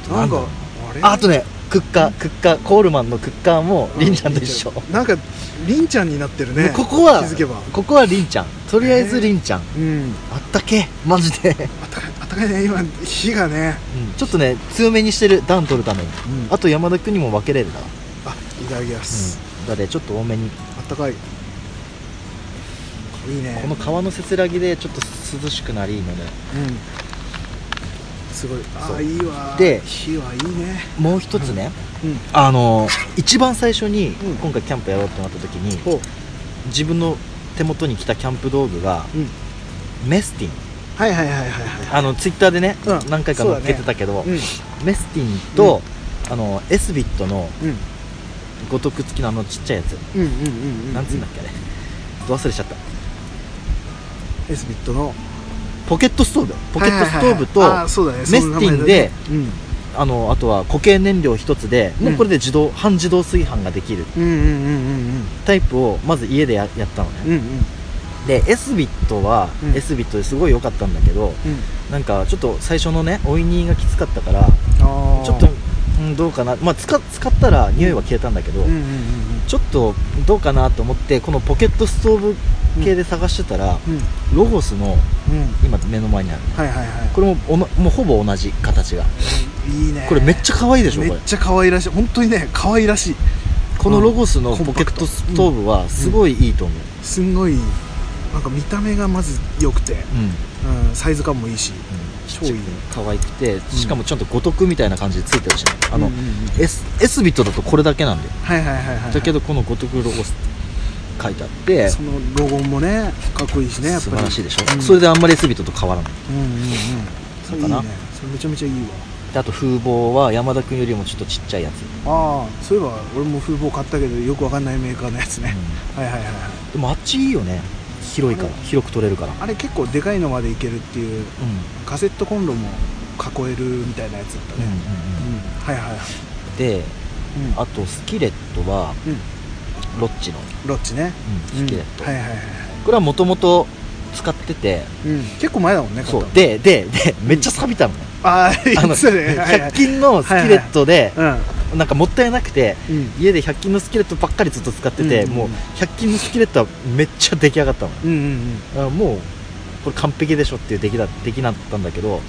Speaker 2: あと
Speaker 1: なんか
Speaker 2: だろ
Speaker 1: あ
Speaker 2: う
Speaker 1: れ
Speaker 2: ああとねクッカークッカーコールマンのクッカーもりんちゃんと一緒、
Speaker 1: うなんかりんちゃんになってるね
Speaker 2: もうここは
Speaker 1: 気づけば
Speaker 2: ここはりんちゃんとりあえずりんちゃん、
Speaker 1: うん
Speaker 2: あったけマジで、
Speaker 1: あったかいあったかいね今火がね
Speaker 2: ちょっとね強めにしてる暖取るために、
Speaker 1: うん
Speaker 2: あと山田君にも分けれるな、
Speaker 1: あいただきます
Speaker 2: だってちょっと多めに
Speaker 1: あったかいいいね
Speaker 2: この川のせせらぎでちょっと涼しくなりいいので
Speaker 1: うんすごいあ
Speaker 2: そ
Speaker 1: あ
Speaker 2: う
Speaker 1: いいわ
Speaker 2: で
Speaker 1: 火はいいね
Speaker 2: もう一つね、
Speaker 1: うん
Speaker 2: あの一番最初に
Speaker 1: うん
Speaker 2: 今回キャンプやろうってなった時に、
Speaker 1: ほう
Speaker 2: 自分の手元に来たキャンプ道具が
Speaker 1: うん
Speaker 2: メスティン
Speaker 1: はいはいはいはいは
Speaker 2: あのツイッターでね、
Speaker 1: うん
Speaker 2: 何回か
Speaker 1: そうだ
Speaker 2: 載っ
Speaker 1: ね
Speaker 2: けてたけど、
Speaker 1: いうん
Speaker 2: メスティンと、あのエスビットの
Speaker 1: うん
Speaker 2: ごとく付きのあのちっちゃいやつ、
Speaker 1: うんうんうんうん
Speaker 2: なんつうんだっけあれど忘れちゃった
Speaker 1: エスビットの
Speaker 2: ポケットストーブポケットストーブと、
Speaker 1: はいはいはいあそうだね
Speaker 2: メスティンで
Speaker 1: その名前だね
Speaker 2: あのあとは固形燃料一つで、もうこれで自動半自動炊飯ができる
Speaker 1: うんうんうんうん
Speaker 2: タイプをまず家でややったのね
Speaker 1: うんうんうん
Speaker 2: でエスビットは、
Speaker 1: うん
Speaker 2: エスビットですごい良かったんだけど
Speaker 1: うん
Speaker 2: なんかちょっと最初のねおいにがきつかったか
Speaker 1: あ
Speaker 2: ら
Speaker 1: ー
Speaker 2: ちょっと、うん、どうかな、まあ、使使ったら匂いは消えたんだけど、
Speaker 1: うんうんうんうん
Speaker 2: ちょっとどうかなと思ってこのポケットストーブ系で探してたら、
Speaker 1: うん
Speaker 2: ロゴスの
Speaker 1: うん
Speaker 2: 今目の前にあるね
Speaker 1: はいはいは
Speaker 2: これもおなもうほぼ同じ形が
Speaker 1: いいいね
Speaker 2: これめっちゃ可愛いでしょこ
Speaker 1: め
Speaker 2: れ
Speaker 1: っちゃ可愛らしい本当にね可愛らしい
Speaker 2: このロゴスの
Speaker 1: コン
Speaker 2: ポ
Speaker 1: パ
Speaker 2: ケ
Speaker 1: ク
Speaker 2: ッ
Speaker 1: ト
Speaker 2: トストーブはすごいいいと思う、
Speaker 1: すんごいなんか見た目がまず良くて、
Speaker 2: うん
Speaker 1: うん、サイズ感もいいし超いいね
Speaker 2: 可愛くてしかもちょっと五徳みたいな感じでついてるしねあの、
Speaker 1: うんうんうん
Speaker 2: S, S ビットだとこれだけなんだよ、
Speaker 1: はいはいはいはい
Speaker 2: だけ
Speaker 1: ど
Speaker 2: どこの五徳ロゴスって書いてあって
Speaker 1: そのロゴもねかっこいいしねやっぱり
Speaker 2: 素晴らしいでしょ、
Speaker 1: うん、
Speaker 2: それであんまり S ビットと変わらない
Speaker 1: うんうんうんそれいいね
Speaker 2: だか
Speaker 1: それめちゃめちゃいい
Speaker 2: であと風貌は山田君よりもちょっとちっちゃいやつ、
Speaker 1: わああそういえば俺も風貌買ったけどよくわかんないメーカーのやつね、はいはいはいはい
Speaker 2: でもあっちいいよね広いから
Speaker 1: うん
Speaker 2: 広く取れるから
Speaker 1: あれ結構でかいのまでいけるっていう
Speaker 2: うんうん
Speaker 1: カセットコンロも囲えるみたいなやつだった
Speaker 2: うんう
Speaker 1: ね、うん
Speaker 2: ん
Speaker 1: はいはいはい、
Speaker 2: で
Speaker 1: うん、
Speaker 2: あとスキレットは
Speaker 1: うん、
Speaker 2: ロッチの、
Speaker 1: ロッチね
Speaker 2: スキレット、
Speaker 1: うんはいはいはいはい
Speaker 2: これはもともと使ってて
Speaker 1: うん、結構前だもんね
Speaker 2: そう
Speaker 1: 買ったの
Speaker 2: でででめっちゃ錆びたのね、
Speaker 1: ああ
Speaker 2: あ
Speaker 1: 言っ
Speaker 2: の
Speaker 1: てたねはいはい
Speaker 2: 100均のスキレットで
Speaker 1: うん
Speaker 2: なんかもったいなくて
Speaker 1: うん
Speaker 2: 家で100均のスキレットばっかりずっと使ってて、
Speaker 1: うんうんうん
Speaker 2: もう100均のスキレットはめっちゃ出来上がったのね
Speaker 1: うんうん
Speaker 2: あもうこれ完璧でしょっていう出来だ出来だったんだけど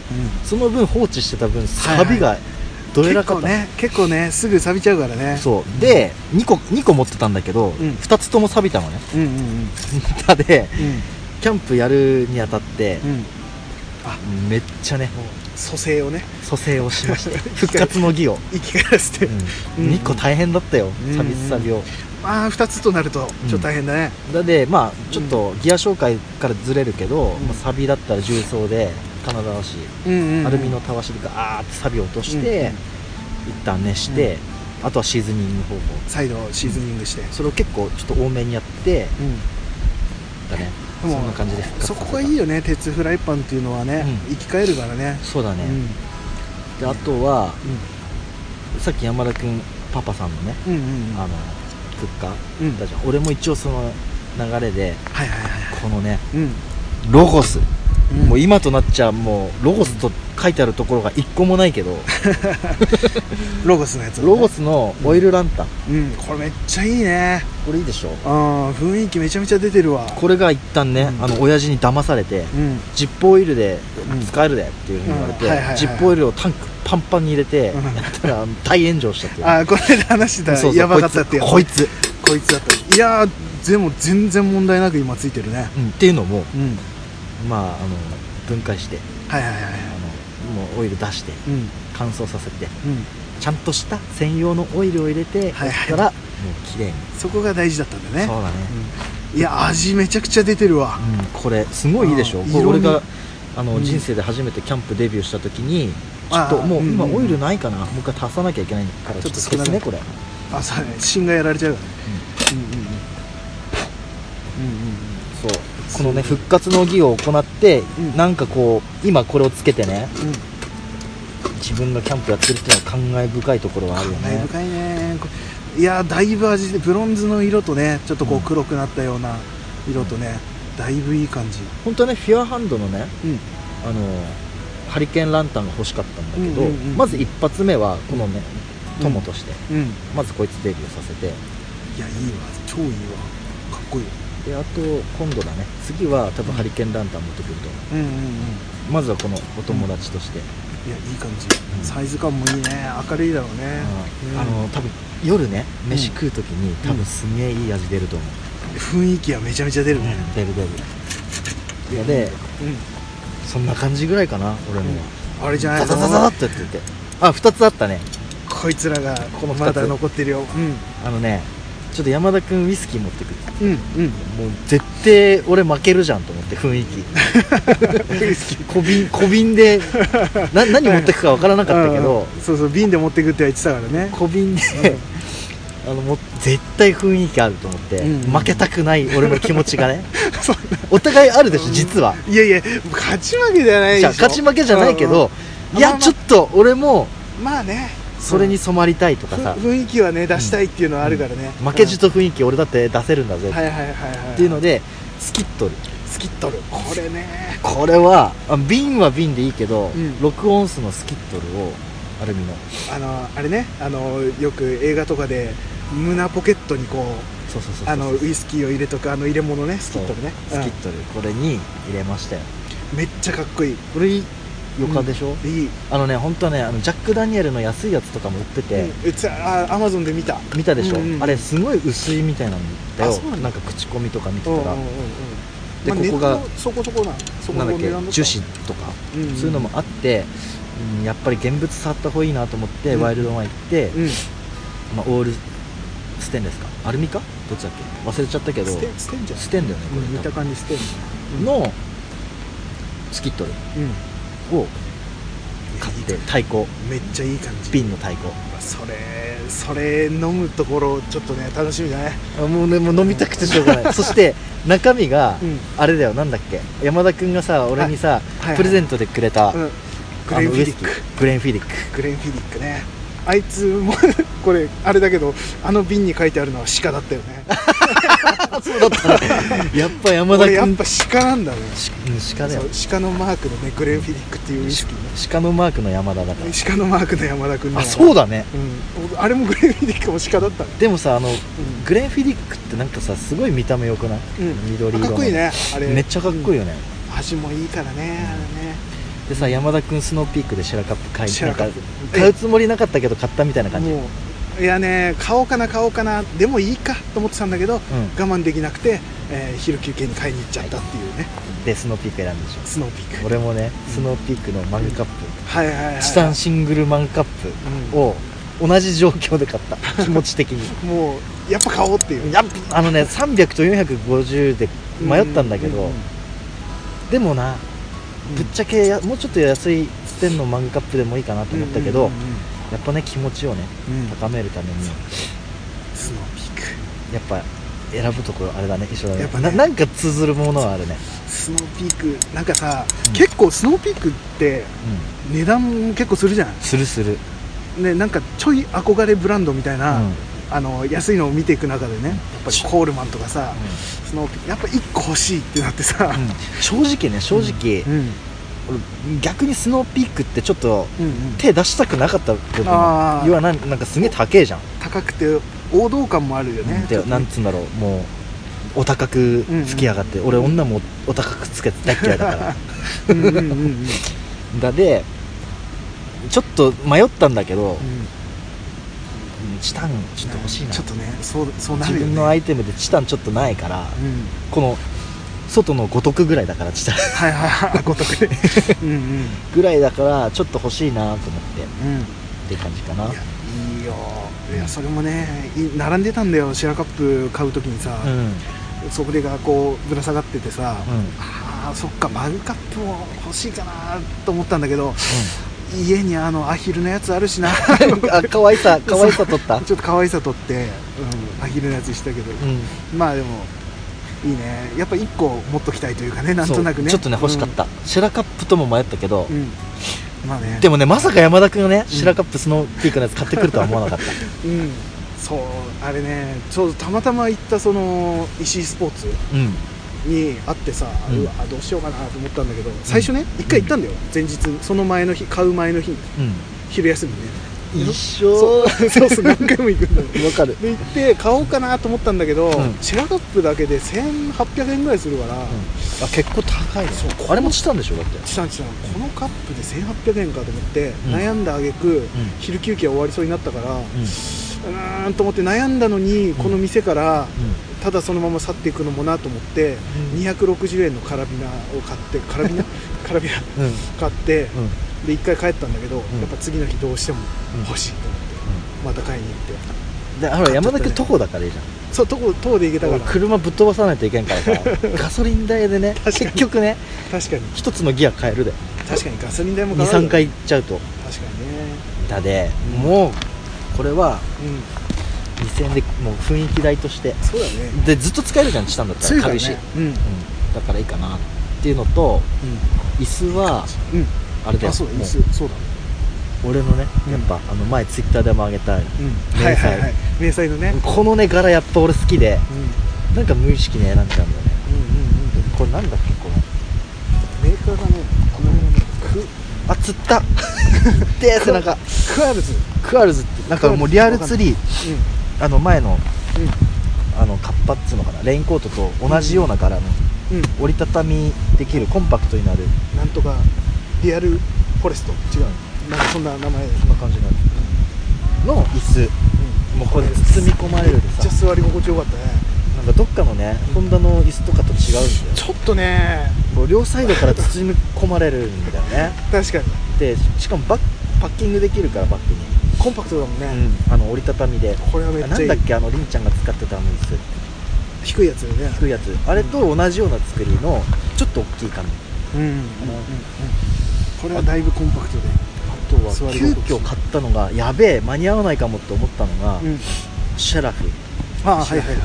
Speaker 2: その分放置してた分錆が
Speaker 1: うん
Speaker 2: どれらか
Speaker 1: 結
Speaker 2: った、
Speaker 1: 構ね結構ねすぐ錆びちゃうからね
Speaker 2: そうで2個2個持ってたんだけど、
Speaker 1: ん
Speaker 2: 2つとも錆びたのね
Speaker 1: うんうんうん
Speaker 2: で
Speaker 1: うん
Speaker 2: キャンプやるにあたって、
Speaker 1: うん
Speaker 2: めっちゃね
Speaker 1: 蘇生をね
Speaker 2: 蘇生をしました 復活の儀を、
Speaker 1: 生き返らせて、
Speaker 2: う
Speaker 1: うん
Speaker 2: 2個大変だったよ
Speaker 1: ん
Speaker 2: 寂しさびを
Speaker 1: まあ2つとなるとちょっと大変だね、
Speaker 2: だでまあちょっとギア紹介からずれるけど、
Speaker 1: ん
Speaker 2: まあ、サビだったら重曹で金沢し
Speaker 1: うんうんうん
Speaker 2: アルミのたわしでガーってサビを落として、一旦熱して、あとはシーズニング方法
Speaker 1: 再度シーズニングして、
Speaker 2: それを結構ちょっと多めにやってだねそ
Speaker 1: でも
Speaker 2: んな感じで復活
Speaker 1: そ
Speaker 2: させた
Speaker 1: こがいいよね鉄フライパンっていうのはね、
Speaker 2: うん
Speaker 1: 生き返るからね
Speaker 2: そうだね、
Speaker 1: うん
Speaker 2: であとはさっき山田君パパさんのね、
Speaker 1: うんうんうん
Speaker 2: あのクッカ
Speaker 1: う
Speaker 2: ー
Speaker 1: ん
Speaker 2: だじゃん、俺も一応その流れで
Speaker 1: はいはいはいはい
Speaker 2: このね
Speaker 1: うん
Speaker 2: ロゴス、
Speaker 1: うん
Speaker 2: もう今となっちゃもうロゴスと書いてあるところが一個もないけど、
Speaker 1: ロゴスのやつだね、
Speaker 2: ロゴスのオイルランタン、
Speaker 1: うんこれめっちゃいいね
Speaker 2: これいいでしょ
Speaker 1: あー雰囲気めちゃめちゃ出てるわ
Speaker 2: これが一旦ね、
Speaker 1: うん
Speaker 2: あの親父に騙されて、
Speaker 1: うん
Speaker 2: ジップオイルで
Speaker 1: うん
Speaker 2: 使えるでっていうふうに言われて、
Speaker 1: うんはいはいはい
Speaker 2: ジップオイルをタンクパンパンに入れて、
Speaker 1: うん
Speaker 2: やったらあの大炎上したっていう
Speaker 1: あーこれで話してた
Speaker 2: そうそう
Speaker 1: やばかったってやつ
Speaker 2: こいつこ
Speaker 1: こ
Speaker 2: い
Speaker 1: いつだったいやーでも全然問題なく今ついてるね
Speaker 2: つうんっていうのも
Speaker 1: うん
Speaker 2: まああの分解して
Speaker 1: はいはいはいはい
Speaker 2: あのもうオイル出して
Speaker 1: うん
Speaker 2: 乾燥させて
Speaker 1: うん
Speaker 2: ちゃんとした専用のオイルを入れてやっ
Speaker 1: はいはい
Speaker 2: たらもう綺麗に
Speaker 1: そこが大事だったんだね
Speaker 2: そうだね、
Speaker 1: うんいや味めちゃくちゃ出てるわ
Speaker 2: うん、これすごいいいでしょ
Speaker 1: あ
Speaker 2: こ
Speaker 1: ー
Speaker 2: れ
Speaker 1: 色
Speaker 2: 俺
Speaker 1: 味
Speaker 2: があの、
Speaker 1: うん
Speaker 2: 人生で初めてキャンプデビューした時にち
Speaker 1: あ
Speaker 2: ょ
Speaker 1: ー
Speaker 2: っともう
Speaker 1: うん
Speaker 2: 今
Speaker 1: うん
Speaker 2: オイルないかな、もう一回足さなきゃいけないから
Speaker 1: ち
Speaker 2: ち
Speaker 1: ょっと
Speaker 2: ょっと
Speaker 1: 少な
Speaker 2: 消
Speaker 1: め
Speaker 2: すねこれ、
Speaker 1: あそうだね芯がやられちゃうからねうんうんうん
Speaker 2: そうこのね復活の儀を行って、
Speaker 1: うん
Speaker 2: なんかこう今これをつけてね
Speaker 1: うんうん
Speaker 2: 自分がキャンプやってるっていうのは感慨深いところはあるよ
Speaker 1: 感慨
Speaker 2: ね
Speaker 1: 深いねこいやーだいぶ味でブロンズの色とねちょっとこう黒くなったような色とねだいぶいい感じ
Speaker 2: 本当はねフィアハンドのね
Speaker 1: うん
Speaker 2: あのハリケーンランタンが欲しかったんだけど、
Speaker 1: うんうんうん
Speaker 2: まず一発目はこのね、友として
Speaker 1: うん
Speaker 2: まずこいつデビューさせて
Speaker 1: いやいいわ超いいわかっこいい
Speaker 2: であと今度だね次は多分ハリケーンランタン持ってくると思う
Speaker 1: うんうんうん
Speaker 2: まずはこのお友達として、
Speaker 1: いやいい感じ
Speaker 2: ん
Speaker 1: サイズ感もいいね明るいだろうね
Speaker 2: うん
Speaker 1: うん
Speaker 2: あの多分夜ね
Speaker 1: ん
Speaker 2: 飯食う時に、多分すげえいい味出ると思う、
Speaker 1: 雰囲気はめちゃめちゃ出るね
Speaker 2: 出る出るいやで
Speaker 1: うん
Speaker 2: そんな感じぐらいかな俺のは、
Speaker 1: ああれじゃない
Speaker 2: ザ
Speaker 1: と
Speaker 2: ザ
Speaker 1: 思
Speaker 2: ザ
Speaker 1: う
Speaker 2: ザってやっててあ二2つあったね
Speaker 1: こいつらがこのまだ残ってるよ
Speaker 2: あのねちょっと山田君ウイスキー持ってくる
Speaker 1: うんうんうん
Speaker 2: もう絶対俺負けるじゃんと思って雰囲気
Speaker 1: ウイスキー
Speaker 2: 小瓶小瓶でな何持ってくか分からなかったけど
Speaker 1: うんそうそう瓶で持ってくって言ってたからね
Speaker 2: 小瓶であのもう絶対雰囲気あると思って、
Speaker 1: うんうん
Speaker 2: 負けたくない俺の気持ちがね
Speaker 1: そん
Speaker 2: お互いあるでしょ実は、
Speaker 1: いやいや勝ち負けではないでし
Speaker 2: じゃ
Speaker 1: ょ
Speaker 2: あ勝ち負けじゃないけど、
Speaker 1: うん
Speaker 2: い
Speaker 1: まあま
Speaker 2: や
Speaker 1: あ
Speaker 2: ちょっと俺も
Speaker 1: まあね
Speaker 2: それに染まりたいとか
Speaker 1: ふ
Speaker 2: さ、
Speaker 1: 雰囲気はね出したいっていうのはあるからね
Speaker 2: 負けじと雰囲気俺だって出せるんだぜ
Speaker 1: うん
Speaker 2: っ
Speaker 1: はいはいはいはい
Speaker 2: ていうのでスキッとる
Speaker 1: スキットルこれね
Speaker 2: これはあ瓶は瓶でいいけど、
Speaker 1: うん
Speaker 2: 6オンスのスキットルをアルミの
Speaker 1: あのあれねあのよく映画とかで胸ポケットにこう
Speaker 2: そうそうそうそう
Speaker 1: あのウイスキーを入れとくあの入れ物ねスキットルね
Speaker 2: そうスキットル、これに入れましたよ
Speaker 1: うんめっちゃかっこいい
Speaker 2: これよかでしょ、
Speaker 1: いい
Speaker 2: あのね本当はねあのジャック・ダニエルの安いやつとかも売ってて、
Speaker 1: うんうつあアマゾンで見た
Speaker 2: 見たでしょ、
Speaker 1: うんうん
Speaker 2: あれすごい薄いみたいなんだよ
Speaker 1: あそうなんだ
Speaker 2: なんか口コミとか見てた
Speaker 1: うんうん
Speaker 2: ら、
Speaker 1: うんうん
Speaker 2: で
Speaker 1: まあ
Speaker 2: ここが
Speaker 1: 値段もそこそこなそこ
Speaker 2: なんだっけ
Speaker 1: 値段も
Speaker 2: 樹脂とか、
Speaker 1: うんうん
Speaker 2: そういうのもあって、うん、やっぱり現物触った方がいいなと思って、
Speaker 1: うん
Speaker 2: ワイルドワイン行って、
Speaker 1: うん
Speaker 2: まあ、オールステンレスかアルミかどっちだっけ忘れちゃったけど
Speaker 1: ステンステンじゃん
Speaker 2: ステンだよねこ
Speaker 1: う
Speaker 2: れ、
Speaker 1: ん見た感じステン
Speaker 2: のスキットル
Speaker 1: うん
Speaker 2: を買って太鼓
Speaker 1: めっちゃいい感じ
Speaker 2: 瓶の太鼓
Speaker 1: それそれ飲むところちょっとね楽しみだね
Speaker 2: あもうねもう飲みたくてしょう がないそして中身が、
Speaker 1: うん
Speaker 2: あれだよなんだっけ山田君がさ俺にさ、
Speaker 1: いはい
Speaker 2: プレゼントでくれた、
Speaker 1: うんグ
Speaker 2: あ
Speaker 1: レン
Speaker 2: の
Speaker 1: フ
Speaker 2: ウ
Speaker 1: ィ
Speaker 2: イ
Speaker 1: リ
Speaker 2: ス
Speaker 1: ッ
Speaker 2: キ
Speaker 1: ク
Speaker 2: ーグレンフィリック
Speaker 1: グレンフィリックねあいつも これあれだけどあの瓶に書いてあるのは鹿だったよね
Speaker 2: あそうだったねやっぱ山田
Speaker 1: 俺やっ
Speaker 2: 君
Speaker 1: ぱ鹿なんだね
Speaker 2: しうん鹿だよ
Speaker 1: そう鹿のマークのねグレンフィリックっていうウイスキーね
Speaker 2: 鹿のマークの山田だから
Speaker 1: 鹿のマークの山田君
Speaker 2: あそう
Speaker 1: だ、
Speaker 2: だね
Speaker 1: うん、僕あれもグレンフィリックも鹿だったね
Speaker 2: でもさあの
Speaker 1: ん
Speaker 2: グレンフィリックってなんかさすごい見た目良くない、緑色
Speaker 1: あ
Speaker 2: の
Speaker 1: かっこいいねあれ
Speaker 2: めっちゃかっこいいよね、
Speaker 1: 味もいいからねあれね
Speaker 2: でさ山田君スノーピークでシェラカップ買い
Speaker 1: シェラカップ
Speaker 2: なんか買うつもりなかったけど買ったみたいな感じ
Speaker 1: もういやね買おうかな買おうかなでもいいかと思ってたんだけど、我慢できなくて、えー昼休憩に買いに行っちゃったっていうね、
Speaker 2: でスノーピーク選んでしょ
Speaker 1: スノーピーク
Speaker 2: 俺もね、スノーピークのマグカップ、
Speaker 1: はいはいはい、はい、
Speaker 2: チタンシングルマンカップを同じ状況で買 った、気持ち的に
Speaker 1: もうやっぱ買おうっていう
Speaker 2: やっぱあのね300と450で迷ったんだけど、
Speaker 1: うう
Speaker 2: でもな
Speaker 1: うん
Speaker 2: ぶっちゃけやもうちょっと安いステンのマグカップでもいいかなと思ったけ
Speaker 1: う
Speaker 2: ど、
Speaker 1: んうんうん
Speaker 2: やっぱね気持ちをね
Speaker 1: うん
Speaker 2: 高めるために
Speaker 1: スノーピー
Speaker 2: やっぱ選ぶところあれだね一緒だね
Speaker 1: やっぱね
Speaker 2: ななんか通ずるものはあるね、
Speaker 1: クスノーピークなんかさ、
Speaker 2: うん
Speaker 1: 結構スノーピークって値段結構するじゃな
Speaker 2: するする、
Speaker 1: いねなんかちょい憧れブランドみたいな、
Speaker 2: うん
Speaker 1: あの安いのを見ていく中でねやっぱりコールマンとかさ、スノーピークやっぱ1個欲しいってなってさ、
Speaker 2: うん正直ね正直、
Speaker 1: うん
Speaker 2: 俺逆にスノーピークってちょっと
Speaker 1: うんうん
Speaker 2: 手出したくなかった部分
Speaker 1: あー
Speaker 2: 要はなんなんかすげえ高えじゃん、
Speaker 1: 高くて王道感もあるよね
Speaker 2: なんてなんつうんだろうもうお高くつきやがっ
Speaker 1: う
Speaker 2: て、
Speaker 1: んうん
Speaker 2: 俺女もお高くつけて大嫌いだから
Speaker 1: うんうんうんうん
Speaker 2: だでちょっと迷ったんだけど、
Speaker 1: ち
Speaker 2: チタンちょっと欲しいな
Speaker 1: ちょっとねそうそうな
Speaker 2: 自
Speaker 1: るよ
Speaker 2: 分
Speaker 1: ね
Speaker 2: のアイテムでチタンちょっとないから、
Speaker 1: うん
Speaker 2: この外の五徳ぐらいだからチタン
Speaker 1: はいはい はいごとくねうんうん
Speaker 2: ぐらいだからちょっと欲しいなと思って
Speaker 1: うん
Speaker 2: っていう感じかない
Speaker 1: やいいよいやそれもねい並んでたんだよシェラカップ買う時にさ、
Speaker 2: うん
Speaker 1: それがこうぶら下がっててさ、
Speaker 2: うん
Speaker 1: あーそっかマグカップも欲しいかなと思ったんだけど家にあのアヒルのやつあるしな
Speaker 2: うん、あ可愛さ 可愛さ取った、うん
Speaker 1: ちょっと可愛さとって、うん、アヒルのやつにしたけど、まあでもいいねやっぱ1個持っときたいというかねなんとなくね
Speaker 2: そうちょっとね欲しかった、シェラカップとも迷ったけど、
Speaker 1: うん、うんまあね
Speaker 2: でもねまさか山田君がね、シェラカップスノーピークのやつ買ってくるとは思わなかった
Speaker 1: うんそうあれねちょうどたまたま行ったその石井スポーツ
Speaker 2: うん
Speaker 1: にあってさ、う
Speaker 2: うん
Speaker 1: わどうしようかなと思ったんだけど最初ね一回行ったんだよ、前日その前の日買う前の日に昼休みね
Speaker 2: うん一
Speaker 1: そ
Speaker 2: 緒
Speaker 1: う そうそう何回も行くんだよ
Speaker 2: わかる
Speaker 1: で行って買おうかなと思ったんだけど、
Speaker 2: ん
Speaker 1: シェラカップだけで1800円ぐらいするから、
Speaker 2: あ結構高いね
Speaker 1: そう
Speaker 2: あれもチタンでしょだって
Speaker 1: ちさんちさんこのカップで1800円かと思って、
Speaker 2: うん
Speaker 1: 悩んだ挙句、昼休憩終わりそうになったから、うーんと思って悩んだのにこの店から、ただそのまま去っていくのもなと思って、
Speaker 2: うん
Speaker 1: 260円のカラビナを買ってカラビナカラビナ
Speaker 2: うんうん
Speaker 1: 買って、
Speaker 2: う
Speaker 1: で1回帰ったんだけど、
Speaker 2: ん
Speaker 1: やっぱ次の日どうしても欲しいと思って、また買いに行って
Speaker 2: であの山田君徒歩だからいいじゃん
Speaker 1: そう徒歩徒歩で行けたから
Speaker 2: 俺車ぶっ飛ばさないといけん からさガソリン代でね
Speaker 1: 確かに
Speaker 2: 結局ね
Speaker 1: 確かに
Speaker 2: 一つのギア変えるで
Speaker 1: 確かにガソリン代もかかる
Speaker 2: 23回行っちゃうと
Speaker 1: 確かにね
Speaker 2: だでもうこれは
Speaker 1: うん
Speaker 2: 2000円でもう雰囲気代として
Speaker 1: そうだね
Speaker 2: でずっと使えるじゃんしたんだったら軽いし、
Speaker 1: うんうん
Speaker 2: うん、だからいいかなっていうのと椅子はあれ
Speaker 1: う
Speaker 2: だ
Speaker 1: ん
Speaker 2: よ
Speaker 1: あそうだ
Speaker 2: も
Speaker 1: 椅
Speaker 2: う
Speaker 1: 子そうだ
Speaker 2: 俺のね
Speaker 1: うん
Speaker 2: やっぱ、あの前ツイッターでも上げた、
Speaker 1: うんはいはいはい迷彩のね
Speaker 2: このね柄やっぱ俺好きで
Speaker 1: うん
Speaker 2: なんか無意識に選んじゃうんだよね
Speaker 1: うんうんうん
Speaker 2: これなんだっけこの
Speaker 1: メーカーがねこの辺のね
Speaker 2: あ釣ったで背中
Speaker 1: ククアルズ
Speaker 2: クアルズってなんかもうリアル釣り
Speaker 1: う
Speaker 2: あの前の
Speaker 1: ん
Speaker 2: あのカッパっつうのかなレインコートと同じような柄の
Speaker 1: うんう
Speaker 2: 折りたたみできるコンパクトになる
Speaker 1: んなんとかリアルフォレスト違うなんかそんな名前
Speaker 2: そんな感じになるの椅子もうこれ包み込まれるで
Speaker 1: めっちゃ
Speaker 2: さ
Speaker 1: 座り心地よかったね
Speaker 2: なんかどっかのねホンダの椅子とかと違うんだよ
Speaker 1: ちょっとね
Speaker 2: こう両サイドから包み込まれるんだよね
Speaker 1: 確かに
Speaker 2: でしかもバッパッキングできるからバッグに、
Speaker 1: コンパクトだもんね
Speaker 2: あの折りたたみで
Speaker 1: これはめ
Speaker 2: あ
Speaker 1: っ
Speaker 2: な
Speaker 1: ち
Speaker 2: ん
Speaker 1: ゃ
Speaker 2: だ
Speaker 1: い
Speaker 2: っ
Speaker 1: い
Speaker 2: けあのりんちゃんが使ってたあの椅
Speaker 1: 低いやつよね
Speaker 2: 子低いやつあれと同じような作りのちょっと大きい感じ
Speaker 1: うんうんうんこれはだいぶコンパクトで
Speaker 2: あとは
Speaker 1: 座り
Speaker 2: 急
Speaker 1: 心地
Speaker 2: 遽買ったのがやべえ間に合わないかもって思ったのが、
Speaker 1: うん
Speaker 2: シェラフ
Speaker 1: あはいはいはいは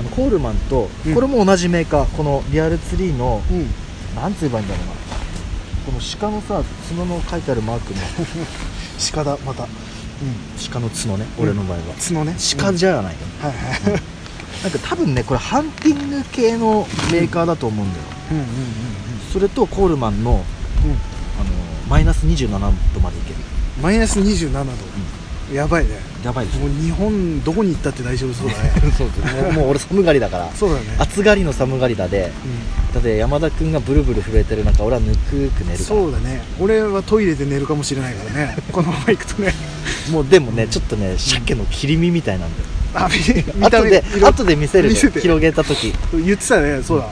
Speaker 2: あのコールマンと、
Speaker 1: うん
Speaker 2: これも同じメーカーこのリアルツリーの
Speaker 1: いうん
Speaker 2: なんて言えばいいんだろうなこの鹿のさ角の書いてあるマークの
Speaker 1: 鹿だまた、うん、
Speaker 2: 鹿の角ね
Speaker 1: うん
Speaker 2: 俺の場合は、
Speaker 1: 角ね
Speaker 2: 鹿じゃない、
Speaker 1: うんはいはいはい
Speaker 2: なんか多分ねこれハンティング系のメーカーだと思うんだよ、
Speaker 1: うんうん
Speaker 2: それとコールマンの
Speaker 1: うんうん
Speaker 2: あのマイナス27度までいける
Speaker 1: マイナス27度、やばいね
Speaker 2: やばいでし
Speaker 1: もう日本どこに行ったって大丈夫そうだね
Speaker 2: ょそうそうもうもう俺寒がりだから
Speaker 1: そうだね
Speaker 2: 暑がりの寒がりだで
Speaker 1: う
Speaker 2: だって山田君がブルブル震えてる中俺はぬくーく寝
Speaker 1: ん、
Speaker 2: るか
Speaker 1: そうだね俺はトイレで寝るかもしれないからねこのまま行くとね
Speaker 2: らもうでもねちょっとね鮭の切り身みたいなんだよ
Speaker 1: あ見
Speaker 2: 後で
Speaker 1: 色々
Speaker 2: 後で見せる
Speaker 1: 見せ
Speaker 2: で
Speaker 1: て
Speaker 2: 広げた時
Speaker 1: 言ってたねそうだ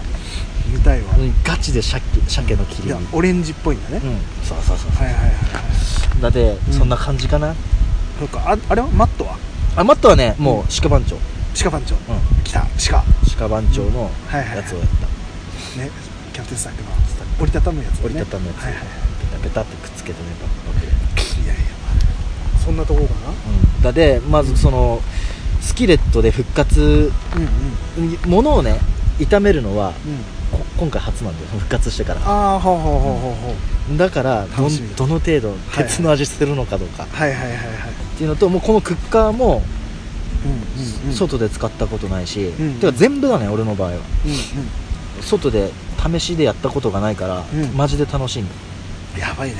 Speaker 1: 見たいわ、
Speaker 2: うんガチで鮭鮭の切
Speaker 1: い
Speaker 2: り身
Speaker 1: や
Speaker 2: うん
Speaker 1: オレンジっぽいんだね、
Speaker 2: そうそうそう
Speaker 1: はいはいはいはい
Speaker 2: だって
Speaker 1: ん
Speaker 2: そんな感じかな
Speaker 1: そっかああれはマットは
Speaker 2: あマットはねもう鹿番長うん
Speaker 1: 鹿番長来た鹿
Speaker 2: 鹿番長の
Speaker 1: はいはい
Speaker 2: やつをやった
Speaker 1: ねキャプテンスタックの折りたたむやつ、ね、
Speaker 2: 折りたたむやつ
Speaker 1: はいはいはい
Speaker 2: ペタペタってくっつけてねバックパックで
Speaker 1: いやいやまあそんなとこか
Speaker 2: だでまずそのスキレットで復活
Speaker 1: なうんうん
Speaker 2: ものをね炒めるのは
Speaker 1: うん
Speaker 2: こ今回初なんだよ復活してから
Speaker 1: ああほうほうほうほうほう
Speaker 2: だからど
Speaker 1: 楽しみ
Speaker 2: どの程度鉄の味するのかどうかっ
Speaker 1: はいはいはいはい
Speaker 2: ていうのともうこのクッカーも
Speaker 1: うんうん
Speaker 2: 外で使ったことないし、
Speaker 1: うん
Speaker 2: てか全部だね俺の場合は
Speaker 1: うん
Speaker 2: 外で試しでやったことがないから、
Speaker 1: うん
Speaker 2: マジで楽しいんだ
Speaker 1: うんやばいね、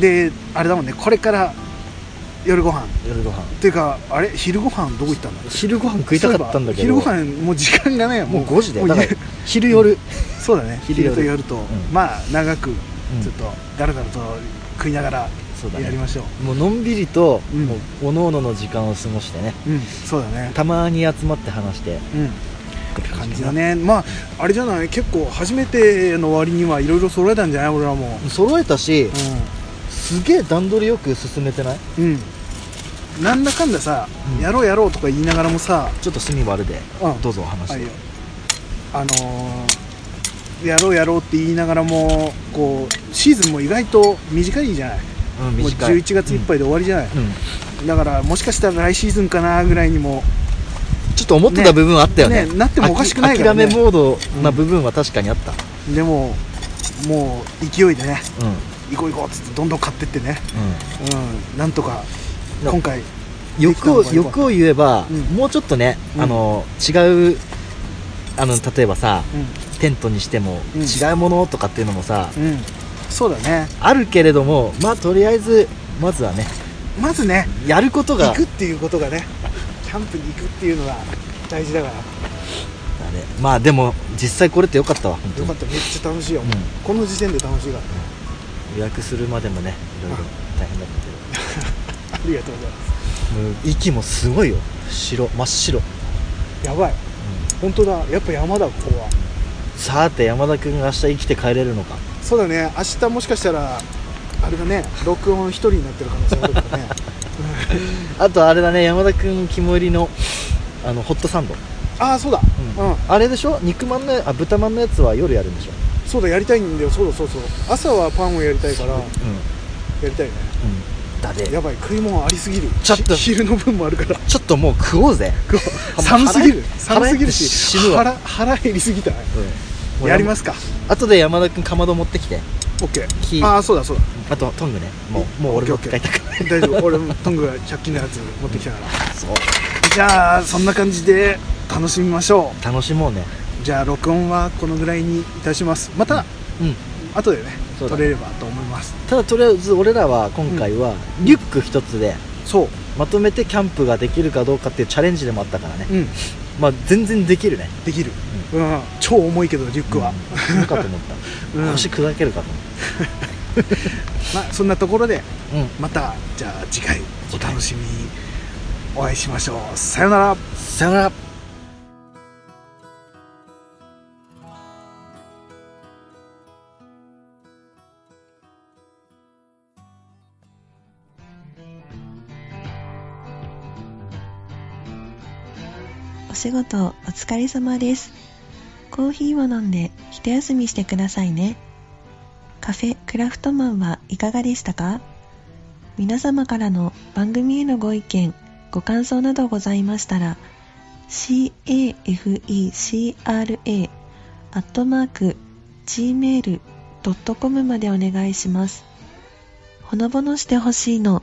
Speaker 1: であれだもんねこれから夜ご飯
Speaker 2: 夜ご飯
Speaker 1: っていうかあれ昼ご飯どこ行ったんだ
Speaker 2: 昼ご飯食いたかったんだけど
Speaker 1: そういえば昼ご飯もう時間がね
Speaker 2: もう5時だよ
Speaker 1: も
Speaker 2: だ
Speaker 1: う
Speaker 2: から
Speaker 1: 夜
Speaker 2: 昼夜、
Speaker 1: そうだね
Speaker 2: 昼
Speaker 1: 昼
Speaker 2: 夜
Speaker 1: と夜と、
Speaker 2: ん
Speaker 1: まあ長く
Speaker 2: うん
Speaker 1: ちょっとだらだらと食いながら
Speaker 2: そうだね
Speaker 1: やりましょう
Speaker 2: もうのんびりと、
Speaker 1: うん
Speaker 2: もうおのおのの時間を過ごしてね
Speaker 1: うんそうだね
Speaker 2: たまに集まって話して
Speaker 1: うん感じだねまああれじゃない結構初めての割にはいろいろ揃えたんじゃない俺らも
Speaker 2: 揃えたし、すげえ段取りよく進めてない
Speaker 1: うん、うん、なんだかんださ、
Speaker 2: うん
Speaker 1: やろうやろうとか言いながらもさ
Speaker 2: ちょっと隅割るで、
Speaker 1: うん
Speaker 2: どうぞお話
Speaker 1: あい
Speaker 2: し
Speaker 1: い
Speaker 2: て
Speaker 1: よあのーやろうやろうって言いながらもこうシーズンも意外と短いじゃない
Speaker 2: うん
Speaker 1: もう11月いっぱいで終わりじゃない、
Speaker 2: うん、うん
Speaker 1: だからもしかしたら来シーズンかなぐらいにも
Speaker 2: ちょっと思ってた部分はあったよ
Speaker 1: ね
Speaker 2: ね
Speaker 1: ねなってもおかしくないからね
Speaker 2: あき諦めモードな部分は確かにあった、
Speaker 1: でももう勢いでね
Speaker 2: うん
Speaker 1: 行こう行こうっつってどんどん買ってってねうんなんとか
Speaker 2: な
Speaker 1: 今回
Speaker 2: 欲を
Speaker 1: できたのが良かった
Speaker 2: 欲を言えば、
Speaker 1: うん
Speaker 2: もうちょっとね、
Speaker 1: うん
Speaker 2: あの違うあの例えばさ
Speaker 1: う
Speaker 2: テントにしても
Speaker 1: うん
Speaker 2: 違うものとかっていうのもさ、
Speaker 1: ん、うん、そうだね
Speaker 2: あるけれどもまあとりあえずまずはね
Speaker 1: まずね
Speaker 2: やることが
Speaker 1: 行くっていうことがねキャンプに行くっていうのは大事だから
Speaker 2: あれまあでも実際これってよかったわ本当
Speaker 1: よ
Speaker 2: に
Speaker 1: かっためっちゃ楽しいよ、
Speaker 2: うん
Speaker 1: この時点で楽しいから
Speaker 2: 予約するまでもねいろいろ大変だったけど
Speaker 1: ありがとうございます
Speaker 2: もう息もすごいよ白真っ白、
Speaker 1: やばい本当だやっぱ山だここは
Speaker 2: さて山田君が明日生きて帰れるのか
Speaker 1: そうだね明日もしかしたらあれがね録音一人になってる可能性あるから ね
Speaker 2: あとあれだね山田君肝入りのあのホットサンド、
Speaker 1: ああそうだ
Speaker 2: う
Speaker 1: うんん、
Speaker 2: あれでしょ肉まんのやあ豚まんのやつは夜やるんでしょ、
Speaker 1: そうだやりたいんだよそうだそうそう朝はパンをやりたいからや
Speaker 2: うん
Speaker 1: りたいね
Speaker 2: うん、だで
Speaker 1: やばい食い物ありすぎる
Speaker 2: ちょっと
Speaker 1: ひ昼の分もあるから
Speaker 2: ちょっともう食おうぜ、
Speaker 1: 寒すぎる
Speaker 2: 腹
Speaker 1: 寒すぎる
Speaker 2: 死
Speaker 1: し
Speaker 2: ぬわ
Speaker 1: 腹腹減りすぎた
Speaker 2: うん、
Speaker 1: やりますすか
Speaker 2: 後で山田君かまど持ってきて
Speaker 1: OK
Speaker 2: き
Speaker 1: ああそうだそうだ
Speaker 2: あとトングねもうもう俺も使いたくない
Speaker 1: 大丈夫俺もトングが100均のやつ持ってきたから
Speaker 2: そう
Speaker 1: じゃあそんな感じで楽しみましょ
Speaker 2: 楽しもうね
Speaker 1: うじゃあ録音はこのぐらいにいたしますまた
Speaker 2: うん
Speaker 1: 後でね
Speaker 2: そうだ
Speaker 1: 撮れればと思います
Speaker 2: ただとりあえず俺らは今回はリュック一つで
Speaker 1: そう
Speaker 2: まとめてキャンプができるかどうかっていうチャレンジでもあったからね、
Speaker 1: うん
Speaker 2: まあ全然できるね
Speaker 1: できるうん超重いけどリュックは
Speaker 2: うん重かと思 った、
Speaker 1: うん
Speaker 2: 腰砕けるかと思っ
Speaker 1: まあそんなところで
Speaker 2: たうん
Speaker 1: またじゃあ次回お楽しみにお会いしましょうさよなら
Speaker 2: さよなら
Speaker 3: お仕事お疲れ様です。コーヒーを飲んで一休みしてくださいね。カフェクラフトマンはいかがでしたか皆様からの番組へのご意見、ご感想などございましたら、cafecra.gmail.com までお願いします。ほのぼのしてほしいの